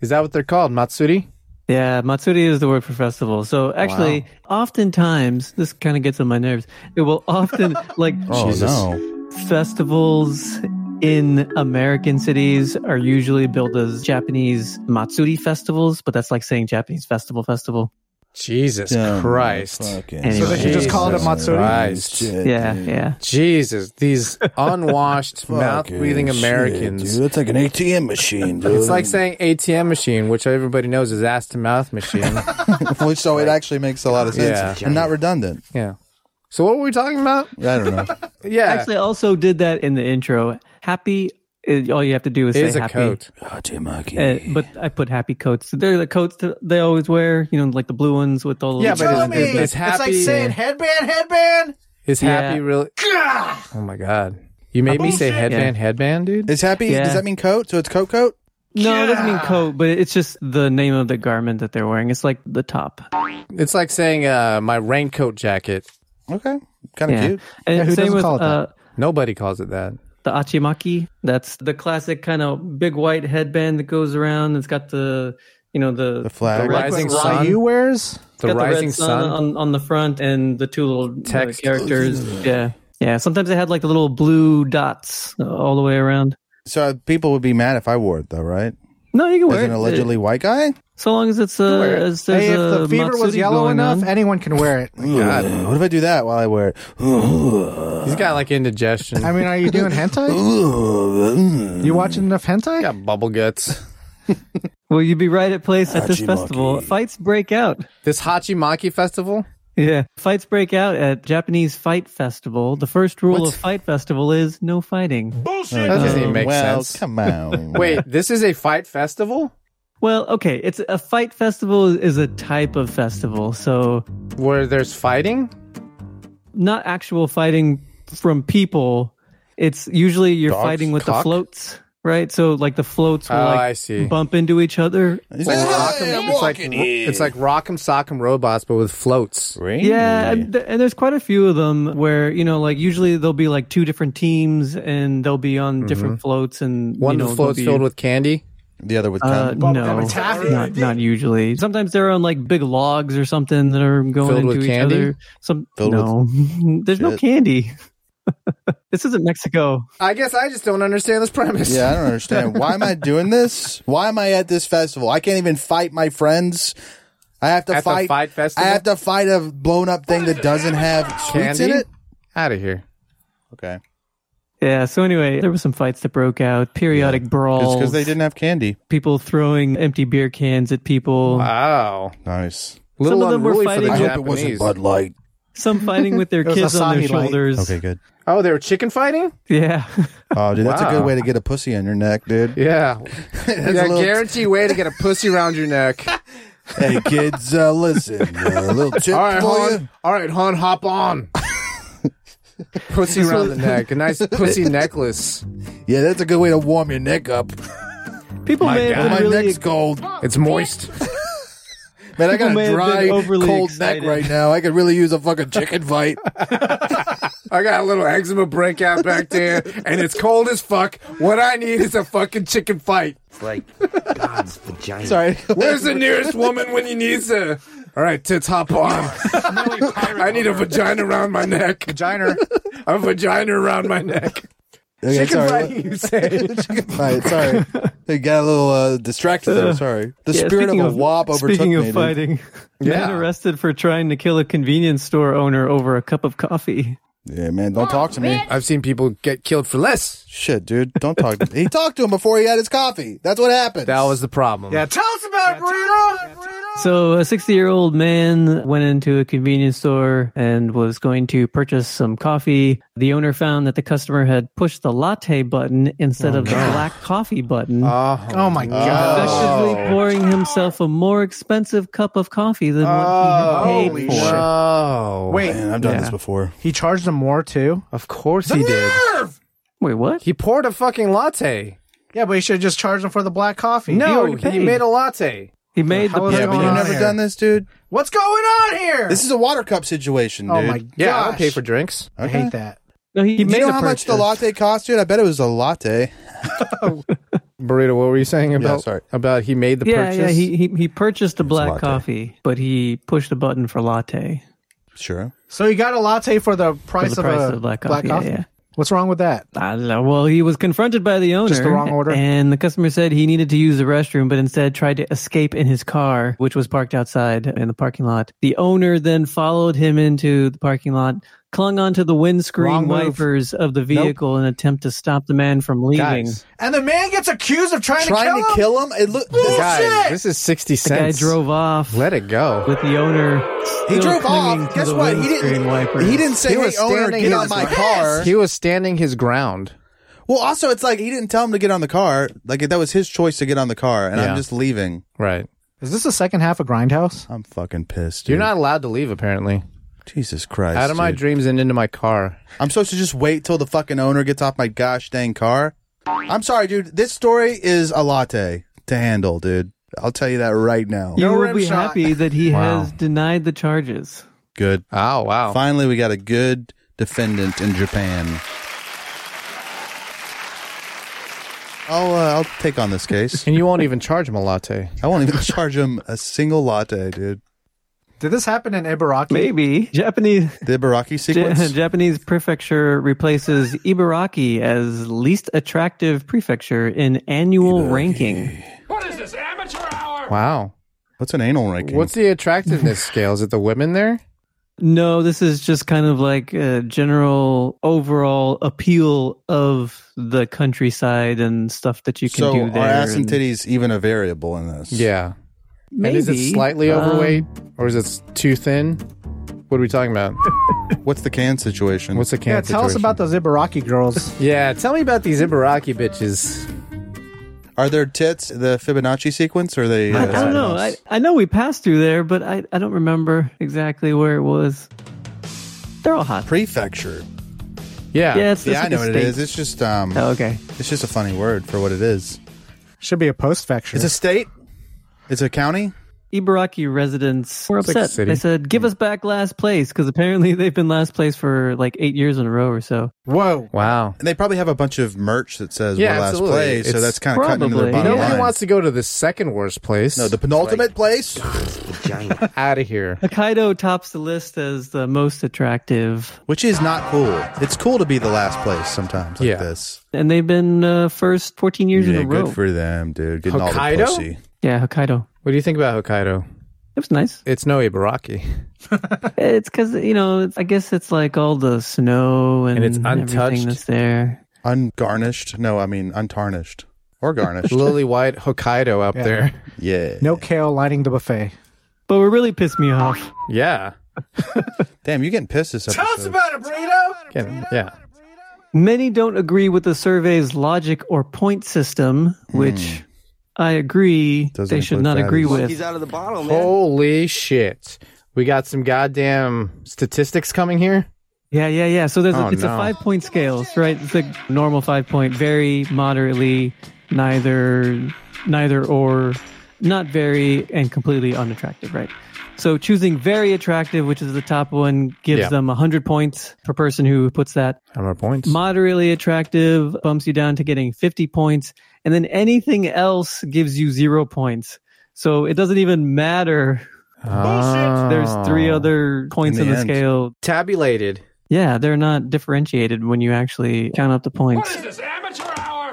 Speaker 1: Is that what they're called? Matsuri?
Speaker 8: Yeah, Matsuri is the word for festival. So actually, oftentimes, this kind of gets on my nerves. It will often, like,
Speaker 2: Oh,
Speaker 8: Jesus.
Speaker 2: no.
Speaker 8: festivals in American cities are usually billed as Japanese Matsuri festivals, but that's like saying Japanese festival festival.
Speaker 1: Jesus
Speaker 2: Damn.
Speaker 1: Christ.
Speaker 2: Fucking
Speaker 8: Anyway. So they should
Speaker 3: just call it a
Speaker 2: Jesus
Speaker 3: Matsuri?
Speaker 2: Christ, shit,
Speaker 8: Yeah,
Speaker 2: dude.
Speaker 8: yeah.
Speaker 1: Jesus, these unwashed, mouth
Speaker 2: Fucking
Speaker 1: breathing
Speaker 2: shit,
Speaker 1: Americans.
Speaker 2: dude. That's like an ATM machine, dude.
Speaker 1: It's like saying ATM machine, which everybody knows is ass to mouth machine.
Speaker 2: Which, so it actually makes a lot of sense
Speaker 1: Yeah.
Speaker 2: and not redundant.
Speaker 1: yeah. So what were we talking about?
Speaker 2: I don't know.
Speaker 1: Yeah.
Speaker 8: Actually, I also did that in the intro. Happy, uh, all you have to do is
Speaker 1: it
Speaker 8: say
Speaker 1: is a
Speaker 8: happy.
Speaker 1: coat.
Speaker 8: Uh, but I put happy coats. They're the coats that they always wear, you know, like the blue ones with all the
Speaker 1: Yeah,
Speaker 8: little-
Speaker 1: but it's, it's, happy.
Speaker 3: It's like saying headband, headband.
Speaker 1: is happy
Speaker 8: Yeah.
Speaker 1: really? Oh my god! You made me say headband, headband, dude.
Speaker 2: Is happy?
Speaker 8: Yeah.
Speaker 2: Does that mean coat? So it's coat coat?
Speaker 8: no, it doesn't mean coat, Oh, but it's just the name of the garment that they're wearing. It's like the top.
Speaker 1: It's like saying uh, my raincoat jacket.
Speaker 2: Okay. Kind of
Speaker 8: Yeah.
Speaker 2: cute.
Speaker 8: And
Speaker 3: Yeah, who
Speaker 8: same
Speaker 3: doesn't
Speaker 8: with
Speaker 3: call it that?
Speaker 8: uh,
Speaker 1: Nobody calls it that.
Speaker 8: the achimaki. That's the classic kind of big white headband that goes around. It's got the you know the
Speaker 2: The flag.
Speaker 1: The
Speaker 8: red-
Speaker 1: rising
Speaker 8: it's got
Speaker 1: sun.
Speaker 3: Ryu wears?
Speaker 1: The
Speaker 8: red
Speaker 1: rising sun.
Speaker 8: on, on the front and the two little uh,
Speaker 1: Text.
Speaker 8: characters. yeah, yeah. Sometimes they had like the little blue dots uh, all the way around.
Speaker 2: So uh, people would be mad if I wore it, though, right?
Speaker 8: No, you can
Speaker 2: As
Speaker 8: wear
Speaker 2: an
Speaker 8: it.
Speaker 2: allegedly white guy?
Speaker 8: so long as it's uh, as there's
Speaker 3: Hey, if
Speaker 8: a
Speaker 3: the fever was
Speaker 8: matsuri
Speaker 3: yellow
Speaker 8: going
Speaker 3: enough,
Speaker 8: on.
Speaker 3: anyone can wear it.
Speaker 2: God. What if I do that while I wear it?
Speaker 1: He's got like indigestion.
Speaker 3: I mean, are you doing hentai? You watching enough hentai?
Speaker 1: got bubble guts.
Speaker 8: Well, you'd be right at place at this festival. Fights break out.
Speaker 1: This Hachimaki festival.
Speaker 8: Yeah, fights break out at Japanese Fight Festival. The first rule of Fight Festival is no fighting.
Speaker 1: That doesn't even make
Speaker 2: well,
Speaker 1: sense.
Speaker 2: come on.
Speaker 1: Wait, this is a fight festival
Speaker 8: Well, okay, it's a fight festival is a type of festival, so
Speaker 1: where there's fighting.
Speaker 8: not actual fighting from people. It's usually you're
Speaker 1: Dogs?
Speaker 8: fighting with
Speaker 1: Cock?
Speaker 8: the floats, right? So like the floats will
Speaker 1: Oh,
Speaker 8: like
Speaker 1: I see.
Speaker 8: bump into each other.
Speaker 2: He's
Speaker 1: Like
Speaker 2: like,
Speaker 1: Rock'em-
Speaker 2: "Hey, I'm
Speaker 1: it's like
Speaker 2: walking here."
Speaker 1: it's like Rock'em Sock'em robots, but with floats.
Speaker 8: Yeah, and, th- and there's quite a few of them where you know, like usually there'll be like two different teams, and they'll be on different floats, and
Speaker 1: Mm-hmm. One
Speaker 8: you know,
Speaker 1: of the floats
Speaker 8: they'll be-
Speaker 1: filled with candy.
Speaker 2: The other would
Speaker 8: Uh,
Speaker 2: come.
Speaker 8: no, not, not usually. Sometimes they're on like big logs or something that are going
Speaker 1: Filled with
Speaker 8: into each
Speaker 1: candy?
Speaker 8: other. Some
Speaker 2: Filled
Speaker 8: no, there's no
Speaker 2: Shit.
Speaker 8: candy.
Speaker 10: this isn't Mexico.
Speaker 1: I guess I just don't understand this premise.
Speaker 2: Yeah, I don't understand. Why am I doing this? Why am I at this festival? I can't even fight my friends. I have to
Speaker 1: At the
Speaker 2: fight.
Speaker 1: fight festival?
Speaker 2: I have to fight a blown up thing that doesn't have sweets
Speaker 1: Candy?
Speaker 2: in it.
Speaker 1: Out of here.
Speaker 2: Okay,
Speaker 10: Yeah. So anyway, there were some fights that broke out, periodic brawls.
Speaker 2: it's because they didn't have candy.
Speaker 10: people throwing empty beer cans at people.
Speaker 1: Wow.
Speaker 2: Nice.
Speaker 1: Little
Speaker 10: Some of them were
Speaker 1: unruly for the
Speaker 10: fighting- I
Speaker 1: Japanese.
Speaker 10: hope it
Speaker 2: Light.
Speaker 10: Some fighting with their
Speaker 3: It was
Speaker 10: kids on their
Speaker 3: Asahi Light.
Speaker 10: shoulders.
Speaker 2: Okay, good.
Speaker 1: Oh, they were chicken fighting?
Speaker 10: Yeah.
Speaker 2: Oh, dude, that's a good
Speaker 1: Wow.
Speaker 2: way to get a pussy on your neck, dude.
Speaker 1: Yeah.
Speaker 2: That's
Speaker 1: yeah,
Speaker 2: a little-
Speaker 1: guarantee way to get a pussy around your neck.
Speaker 2: hey kids, uh, listen, uh, a little tip
Speaker 1: All right,
Speaker 2: for
Speaker 1: hon.
Speaker 2: you.
Speaker 1: All right, hon. Hop on. pussy around the neck. A nice pussy necklace.
Speaker 2: Yeah, that's a good way to warm your neck up.
Speaker 10: People may have
Speaker 2: My
Speaker 10: been really
Speaker 2: neck's cold.
Speaker 1: It's moist.
Speaker 2: Man, I got
Speaker 10: may
Speaker 2: a
Speaker 10: have
Speaker 2: dry,
Speaker 10: been overly
Speaker 2: cold
Speaker 10: excited.
Speaker 2: neck right now. I could really use a fucking chicken fight.
Speaker 1: I got a little eczema breakout back there, and it's cold as fuck. What I need is a fucking chicken fight.
Speaker 12: It's like God's vagina.
Speaker 2: Sorry.
Speaker 1: Where's the nearest woman when you need her? All right, tits, hop on. I need a vagina around my neck. Vagina. A vagina around my neck.
Speaker 2: Okay,
Speaker 1: Chicken
Speaker 2: sorry.
Speaker 1: fight, you say?
Speaker 2: Chicken fight. Sorry. I got a little uh, distracted there. Sorry. The
Speaker 10: Yeah,
Speaker 2: spirit of
Speaker 10: speaking
Speaker 2: a wop overtook
Speaker 10: Speaking
Speaker 2: me.
Speaker 10: of
Speaker 2: dude.
Speaker 10: fighting, man
Speaker 1: Yeah.
Speaker 10: arrested for trying to kill a convenience store owner over a cup of coffee.
Speaker 2: Yeah, man, don't talk to me.
Speaker 1: I've seen people get killed for less.
Speaker 2: Shit, dude, don't talk to me. He talked to him before he had his coffee. That's what happened.
Speaker 1: That was the problem. Yeah, tell us about it, burrito.
Speaker 10: So, a 60 year old man went into a convenience store and was going to purchase some coffee. The owner found that the customer had pushed the latte button instead
Speaker 2: Oh,
Speaker 10: of the black coffee button,
Speaker 3: Oh my god!
Speaker 10: effectively pouring himself a more expensive cup of coffee than what he had paid for.
Speaker 1: Oh, wait!
Speaker 2: Man, I've done this before.
Speaker 3: He charged them more too.
Speaker 1: Of course he did.
Speaker 10: Wait, what?
Speaker 1: He poured a fucking latte.
Speaker 3: Yeah, but he should have just charged them for the black coffee.
Speaker 1: No,
Speaker 10: already
Speaker 1: he,
Speaker 10: paid.
Speaker 1: made a latte.
Speaker 10: He made the
Speaker 3: How is
Speaker 2: Yeah,
Speaker 3: What's
Speaker 2: but
Speaker 3: going
Speaker 2: you've
Speaker 3: on
Speaker 2: never
Speaker 3: here?
Speaker 2: done this, dude.
Speaker 1: What's going on here?
Speaker 2: This is a water cup situation, dude.
Speaker 3: Oh my god!
Speaker 1: yeah, I don't pay for drinks.
Speaker 3: I hate that.
Speaker 10: No, he
Speaker 2: You
Speaker 10: made
Speaker 2: know
Speaker 10: a
Speaker 2: how much the
Speaker 10: purchase.
Speaker 2: latte cost, dude? I bet it was a latte.
Speaker 1: Burrito, what were you saying about
Speaker 2: sorry.
Speaker 1: about he made the
Speaker 10: Yeah,
Speaker 1: purchase?
Speaker 10: yeah. He, he he purchased a black
Speaker 2: latte.
Speaker 10: coffee, but he pushed a button for latte.
Speaker 2: Sure.
Speaker 3: So he got a latte for the price,
Speaker 10: the price
Speaker 3: of, a
Speaker 10: of black
Speaker 3: black,
Speaker 10: coffee,
Speaker 3: coffee.
Speaker 10: yeah, yeah.
Speaker 3: What's wrong with that?
Speaker 10: I don't know. Well, he was confronted by the owner.
Speaker 3: Just the wrong order?
Speaker 10: And the customer said he needed to use the restroom, but instead tried to escape in his car, which was parked outside in the parking lot. The owner then followed him into the parking lot, clung onto the windscreen
Speaker 3: Wrong move.
Speaker 10: wipers of the vehicle in an attempt to stop the man from leaving.
Speaker 1: Guys,
Speaker 3: And the man gets accused of trying,
Speaker 2: Trying to kill him? It look. this-
Speaker 1: guys, this is sixty
Speaker 10: The guy
Speaker 1: cents.
Speaker 10: drove off
Speaker 1: Let it go.
Speaker 10: with the owner.
Speaker 2: He
Speaker 10: still
Speaker 2: drove
Speaker 10: clinging
Speaker 2: off.
Speaker 10: to
Speaker 2: Guess
Speaker 10: the
Speaker 2: what? He
Speaker 10: windscreen
Speaker 2: didn't.
Speaker 10: wipers.
Speaker 2: He didn't say,
Speaker 1: He
Speaker 2: "Hey,
Speaker 1: was
Speaker 2: owner,
Speaker 1: standing
Speaker 2: get
Speaker 1: his
Speaker 2: on my
Speaker 1: ground.
Speaker 2: car."
Speaker 1: He was standing his ground.
Speaker 2: Well, also, it's like he didn't tell him to get on the car. Like that was his choice to get on the car, and
Speaker 1: Yeah.
Speaker 2: I'm just leaving.
Speaker 1: Right.
Speaker 3: Is this the second half of Grindhouse?
Speaker 2: I'm fucking pissed.
Speaker 1: You're
Speaker 2: dude.
Speaker 1: not allowed to leave apparently.
Speaker 2: Jesus Christ.
Speaker 1: Out of my
Speaker 2: dude.
Speaker 1: dreams and into my car.
Speaker 2: I'm supposed to just wait till the fucking owner gets off my gosh dang car. I'm sorry, dude. This story is a latte to handle, dude. I'll tell you that right now.
Speaker 10: You
Speaker 1: No
Speaker 10: will
Speaker 1: rim
Speaker 10: be
Speaker 1: shot.
Speaker 10: happy that he
Speaker 1: Wow.
Speaker 10: has denied the charges.
Speaker 2: Good.
Speaker 1: Oh wow.
Speaker 2: Finally, we got a good defendant in Japan. I'll uh, I'll take on this case.
Speaker 1: And you won't even charge him a latte.
Speaker 2: I won't even charge him a single latte, dude.
Speaker 3: Did this happen in Ibaraki?
Speaker 10: Maybe Japanese
Speaker 2: The Baraki
Speaker 10: Ja-
Speaker 2: sequence.
Speaker 10: Japanese prefecture replaces Ibaraki as least attractive prefecture in annual ranking.
Speaker 1: Wow.
Speaker 2: What's an anal ranking?
Speaker 1: What's the attractiveness scale? Is it the women there?
Speaker 10: No, this is just kind of like a general overall appeal of the countryside and stuff that you can
Speaker 2: so
Speaker 10: do
Speaker 2: are
Speaker 10: there.
Speaker 2: ass and
Speaker 10: and-
Speaker 2: titties even a variable in this?
Speaker 1: Yeah.
Speaker 10: Maybe.
Speaker 1: And is it slightly
Speaker 10: Um,
Speaker 1: overweight or is it s- too thin? What are we talking about?
Speaker 2: What's the can situation?
Speaker 1: What's the can
Speaker 3: Yeah, tell us
Speaker 1: situation?
Speaker 3: about those Ibaraki girls.
Speaker 1: Yeah, tell me about these Ibaraki bitches.
Speaker 2: are there tits? The Fibonacci sequence? Or are they? uh,
Speaker 10: I, I don't know. I, I know we passed through there, but I, I don't remember exactly where it was. They're all hot.
Speaker 2: Prefecture.
Speaker 1: Yeah.
Speaker 10: Yeah, it's,
Speaker 2: Yeah, I
Speaker 10: it's
Speaker 2: know
Speaker 10: like
Speaker 2: what
Speaker 10: a
Speaker 2: it is.
Speaker 10: state.
Speaker 2: It's just um,
Speaker 10: Oh, okay.
Speaker 2: it's just a funny word for what it is.
Speaker 3: Should be a post
Speaker 2: It's a state. It's a county.
Speaker 10: Ibaraki residents were
Speaker 1: It's like
Speaker 10: upset.
Speaker 1: city.
Speaker 10: They said, "Give us back last place," because apparently they've been last place for like eight years in a row or so.
Speaker 2: Whoa.
Speaker 1: Wow.
Speaker 2: And they probably have a bunch of merch that says
Speaker 1: Yeah,
Speaker 2: we're last
Speaker 1: absolutely.
Speaker 2: place, so
Speaker 1: It's-
Speaker 2: that's kind of cutting into their
Speaker 10: Probably.
Speaker 2: bottom
Speaker 1: Nobody
Speaker 2: line.
Speaker 1: wants to go to the second worst place.
Speaker 2: no, the penultimate place.
Speaker 1: out of here.
Speaker 10: Hokkaido tops the list as the most attractive,
Speaker 2: which is not cool. It's cool to be the last place sometimes like
Speaker 1: Yeah.
Speaker 2: this.
Speaker 10: and they've been uh, first 14 years in
Speaker 2: Yeah,
Speaker 10: a row.
Speaker 2: good for them, dude. Getting all the
Speaker 1: Hokkaido?
Speaker 2: pussy.
Speaker 10: yeah, Hokkaido.
Speaker 1: What do you think about Hokkaido?
Speaker 10: It was nice.
Speaker 1: It's no Ibaraki.
Speaker 10: It's because you know, it's, I guess it's like all the snow and,
Speaker 1: And it's untouched.
Speaker 10: everything that's there.
Speaker 2: Ungarnished? No, I mean untarnished or garnished.
Speaker 1: Lily White Hokkaido up
Speaker 13: Yeah.
Speaker 1: there.
Speaker 2: yeah.
Speaker 13: No kale lining the buffet.
Speaker 10: But what really pissed me off
Speaker 1: Yeah.
Speaker 2: Damn, you getting pissed this episode?
Speaker 1: about a burrito. yeah.
Speaker 10: Many don't agree with the survey's logic or point system, which I agree
Speaker 2: Hmm. Doesn't
Speaker 10: they should
Speaker 2: include
Speaker 10: not agree
Speaker 2: values.
Speaker 10: with.
Speaker 14: out of the
Speaker 13: Oh,
Speaker 14: bottle,
Speaker 1: Holy shit. We got some goddamn statistics coming here.
Speaker 10: Yeah, yeah, yeah. So there's
Speaker 1: Oh,
Speaker 10: a, it's
Speaker 1: no.
Speaker 10: a five point scale, right? It's a normal five point, very moderately, neither, neither or, not very and completely unattractive, right? So choosing very attractive, which is the top one, gives
Speaker 1: Yeah.
Speaker 10: them them hundred points per person who puts that.
Speaker 1: How more points?
Speaker 10: moderately attractive bumps you down to getting 50 points and then anything else gives you zero points so it doesn't even matter
Speaker 1: Oh.
Speaker 10: there's three other points
Speaker 2: In
Speaker 10: in
Speaker 2: the
Speaker 10: the,
Speaker 2: end.
Speaker 10: scale
Speaker 1: tabulated.
Speaker 10: yeah they're not differentiated when you actually count up the points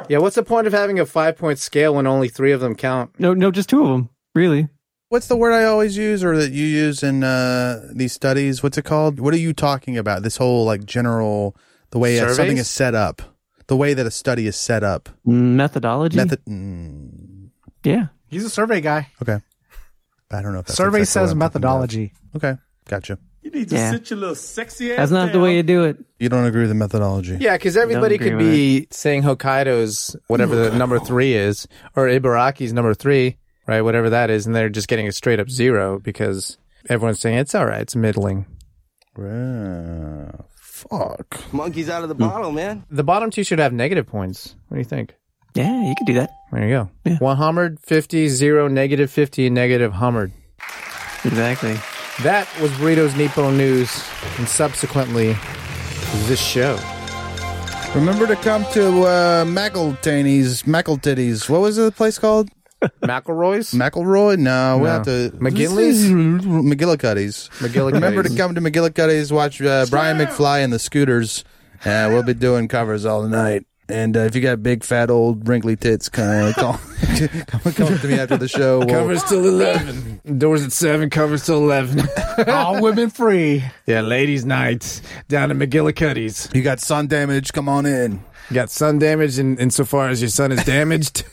Speaker 1: Yeah, what's the point of having a five point scale when only three of them count?
Speaker 10: no no just two of them really
Speaker 2: What's the word I always use or that you use in uh, these studies? What's it called? What are you talking about? This whole like general, the way that something
Speaker 1: Surveys?
Speaker 2: is set up, the way that a study is set up.
Speaker 10: methodology
Speaker 2: Method. Mm,
Speaker 10: yeah
Speaker 13: He's a survey guy.
Speaker 2: okay. I don't know if that's
Speaker 13: survey
Speaker 2: exactly what
Speaker 13: says
Speaker 2: I'm thinking of.
Speaker 13: methodology.
Speaker 2: Okay. Gotcha.
Speaker 6: You need
Speaker 10: Yeah.
Speaker 6: your little sexy ass
Speaker 10: that's not the way you do it
Speaker 2: You don't agree with the methodology.
Speaker 1: Yeah, because everybody
Speaker 10: agree
Speaker 1: could
Speaker 10: with
Speaker 1: be saying Hokkaido's whatever the number three is, or Ibaraki's number three, right? Whatever that is, and they're just getting a straight up zero because everyone's saying it's all right, it's middling.
Speaker 2: Bruh, fuck.
Speaker 14: Monkey's out of the bottle, man.
Speaker 1: The bottom two should have negative points. What do you think?
Speaker 10: yeah you could do that
Speaker 1: There you go.
Speaker 10: Yeah.
Speaker 1: One hummered, 50, zero, negative 50, negative hummered.
Speaker 10: exactly
Speaker 1: That was Burritos Nippon News, and subsequently, this show.
Speaker 2: Remember to come to uh, McEltaney's, McEltitties. What was the place called?
Speaker 1: McElroy's?
Speaker 2: McElroy? No, we have to.
Speaker 1: McGinley's?
Speaker 2: McGillicuddy's.
Speaker 1: McGillicuddy's.
Speaker 2: Remember to come to McGillicuddy's, watch uh, Brian McFly and the Scooters. Uh, we'll be doing covers all night. And uh, if you got big, fat, old, wrinkly tits, come, come, come, come up to me after the show. We'll-
Speaker 1: till 11. Doors at 7, covers till 11.
Speaker 13: All women free.
Speaker 1: yeah, ladies' night down at McGillicuddy's.
Speaker 2: you got sun damage, come on in.
Speaker 1: You got sun damage in, insofar as your sun is damaged.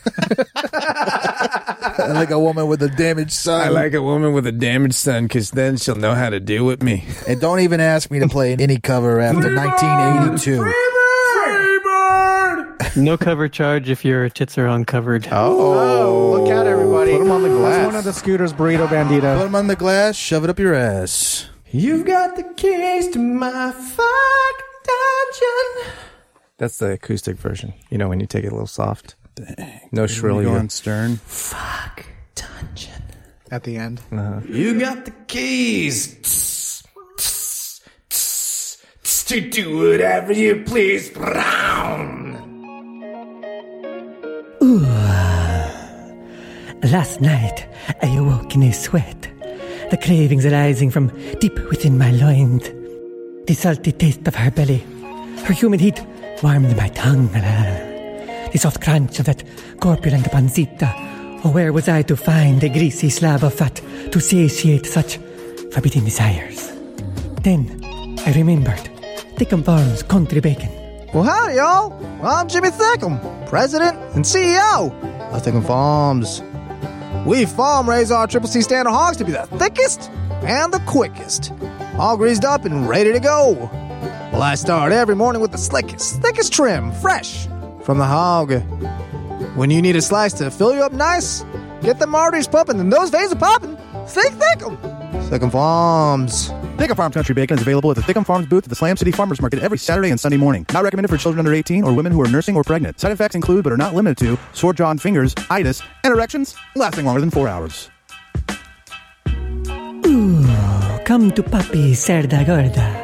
Speaker 2: I like a woman with a damaged
Speaker 1: I
Speaker 2: sun.
Speaker 1: like a woman with a damaged sun because then she'll know how to deal with me.
Speaker 2: And don't even ask me to play any cover after 1982.
Speaker 10: no cover charge if your tits are uncovered
Speaker 1: Oh, look out, everybody. Put them on the
Speaker 13: That's one of the scooters, burrito bandito.
Speaker 2: Put them on the glass, shove it up your ass.
Speaker 1: You've got the keys to my fuck dungeon. That's the acoustic version. You know, when you take it a little soft. No shrill.
Speaker 2: Really
Speaker 1: you go-
Speaker 2: on Stern.
Speaker 13: at the end.
Speaker 6: You got the keys. Tss, tss, tss, tss, To do whatever you please, Brown.
Speaker 8: Last night, I awoke in a sweat, the cravings arising from deep within my loins. The salty taste of her belly, her humid heat warmed my tongue. The soft crunch of that corpulent pancita. Oh, where was I to find a greasy slab of fat to satiate such forbidding desires? Then I remembered Dickon Farms country bacon.
Speaker 3: Well, howdy, y'all. I'm Jimmy Thickum, President and CEO of Thickum Farms. We farm raise our Triple C standard hogs to be the thickest and the quickest, all greased up and ready to go. Well, I start every morning with the slickest, thickest trim, fresh from the hog. When you need a slice to fill you up nice, get them arteries pumping and those veins are popping, think Thickum. Thickum Farms.
Speaker 15: Thickum Farms Country Bacon is available at the Thickum Farms booth at the Slam City Farmers Market every Saturday and Sunday morning. Not recommended for children under 18 or women who are nursing or pregnant. Side effects include, but are not limited to, sore jaw and fingers, itis, and erections lasting longer than four hours.
Speaker 16: Come to Papi Cerda Gorda.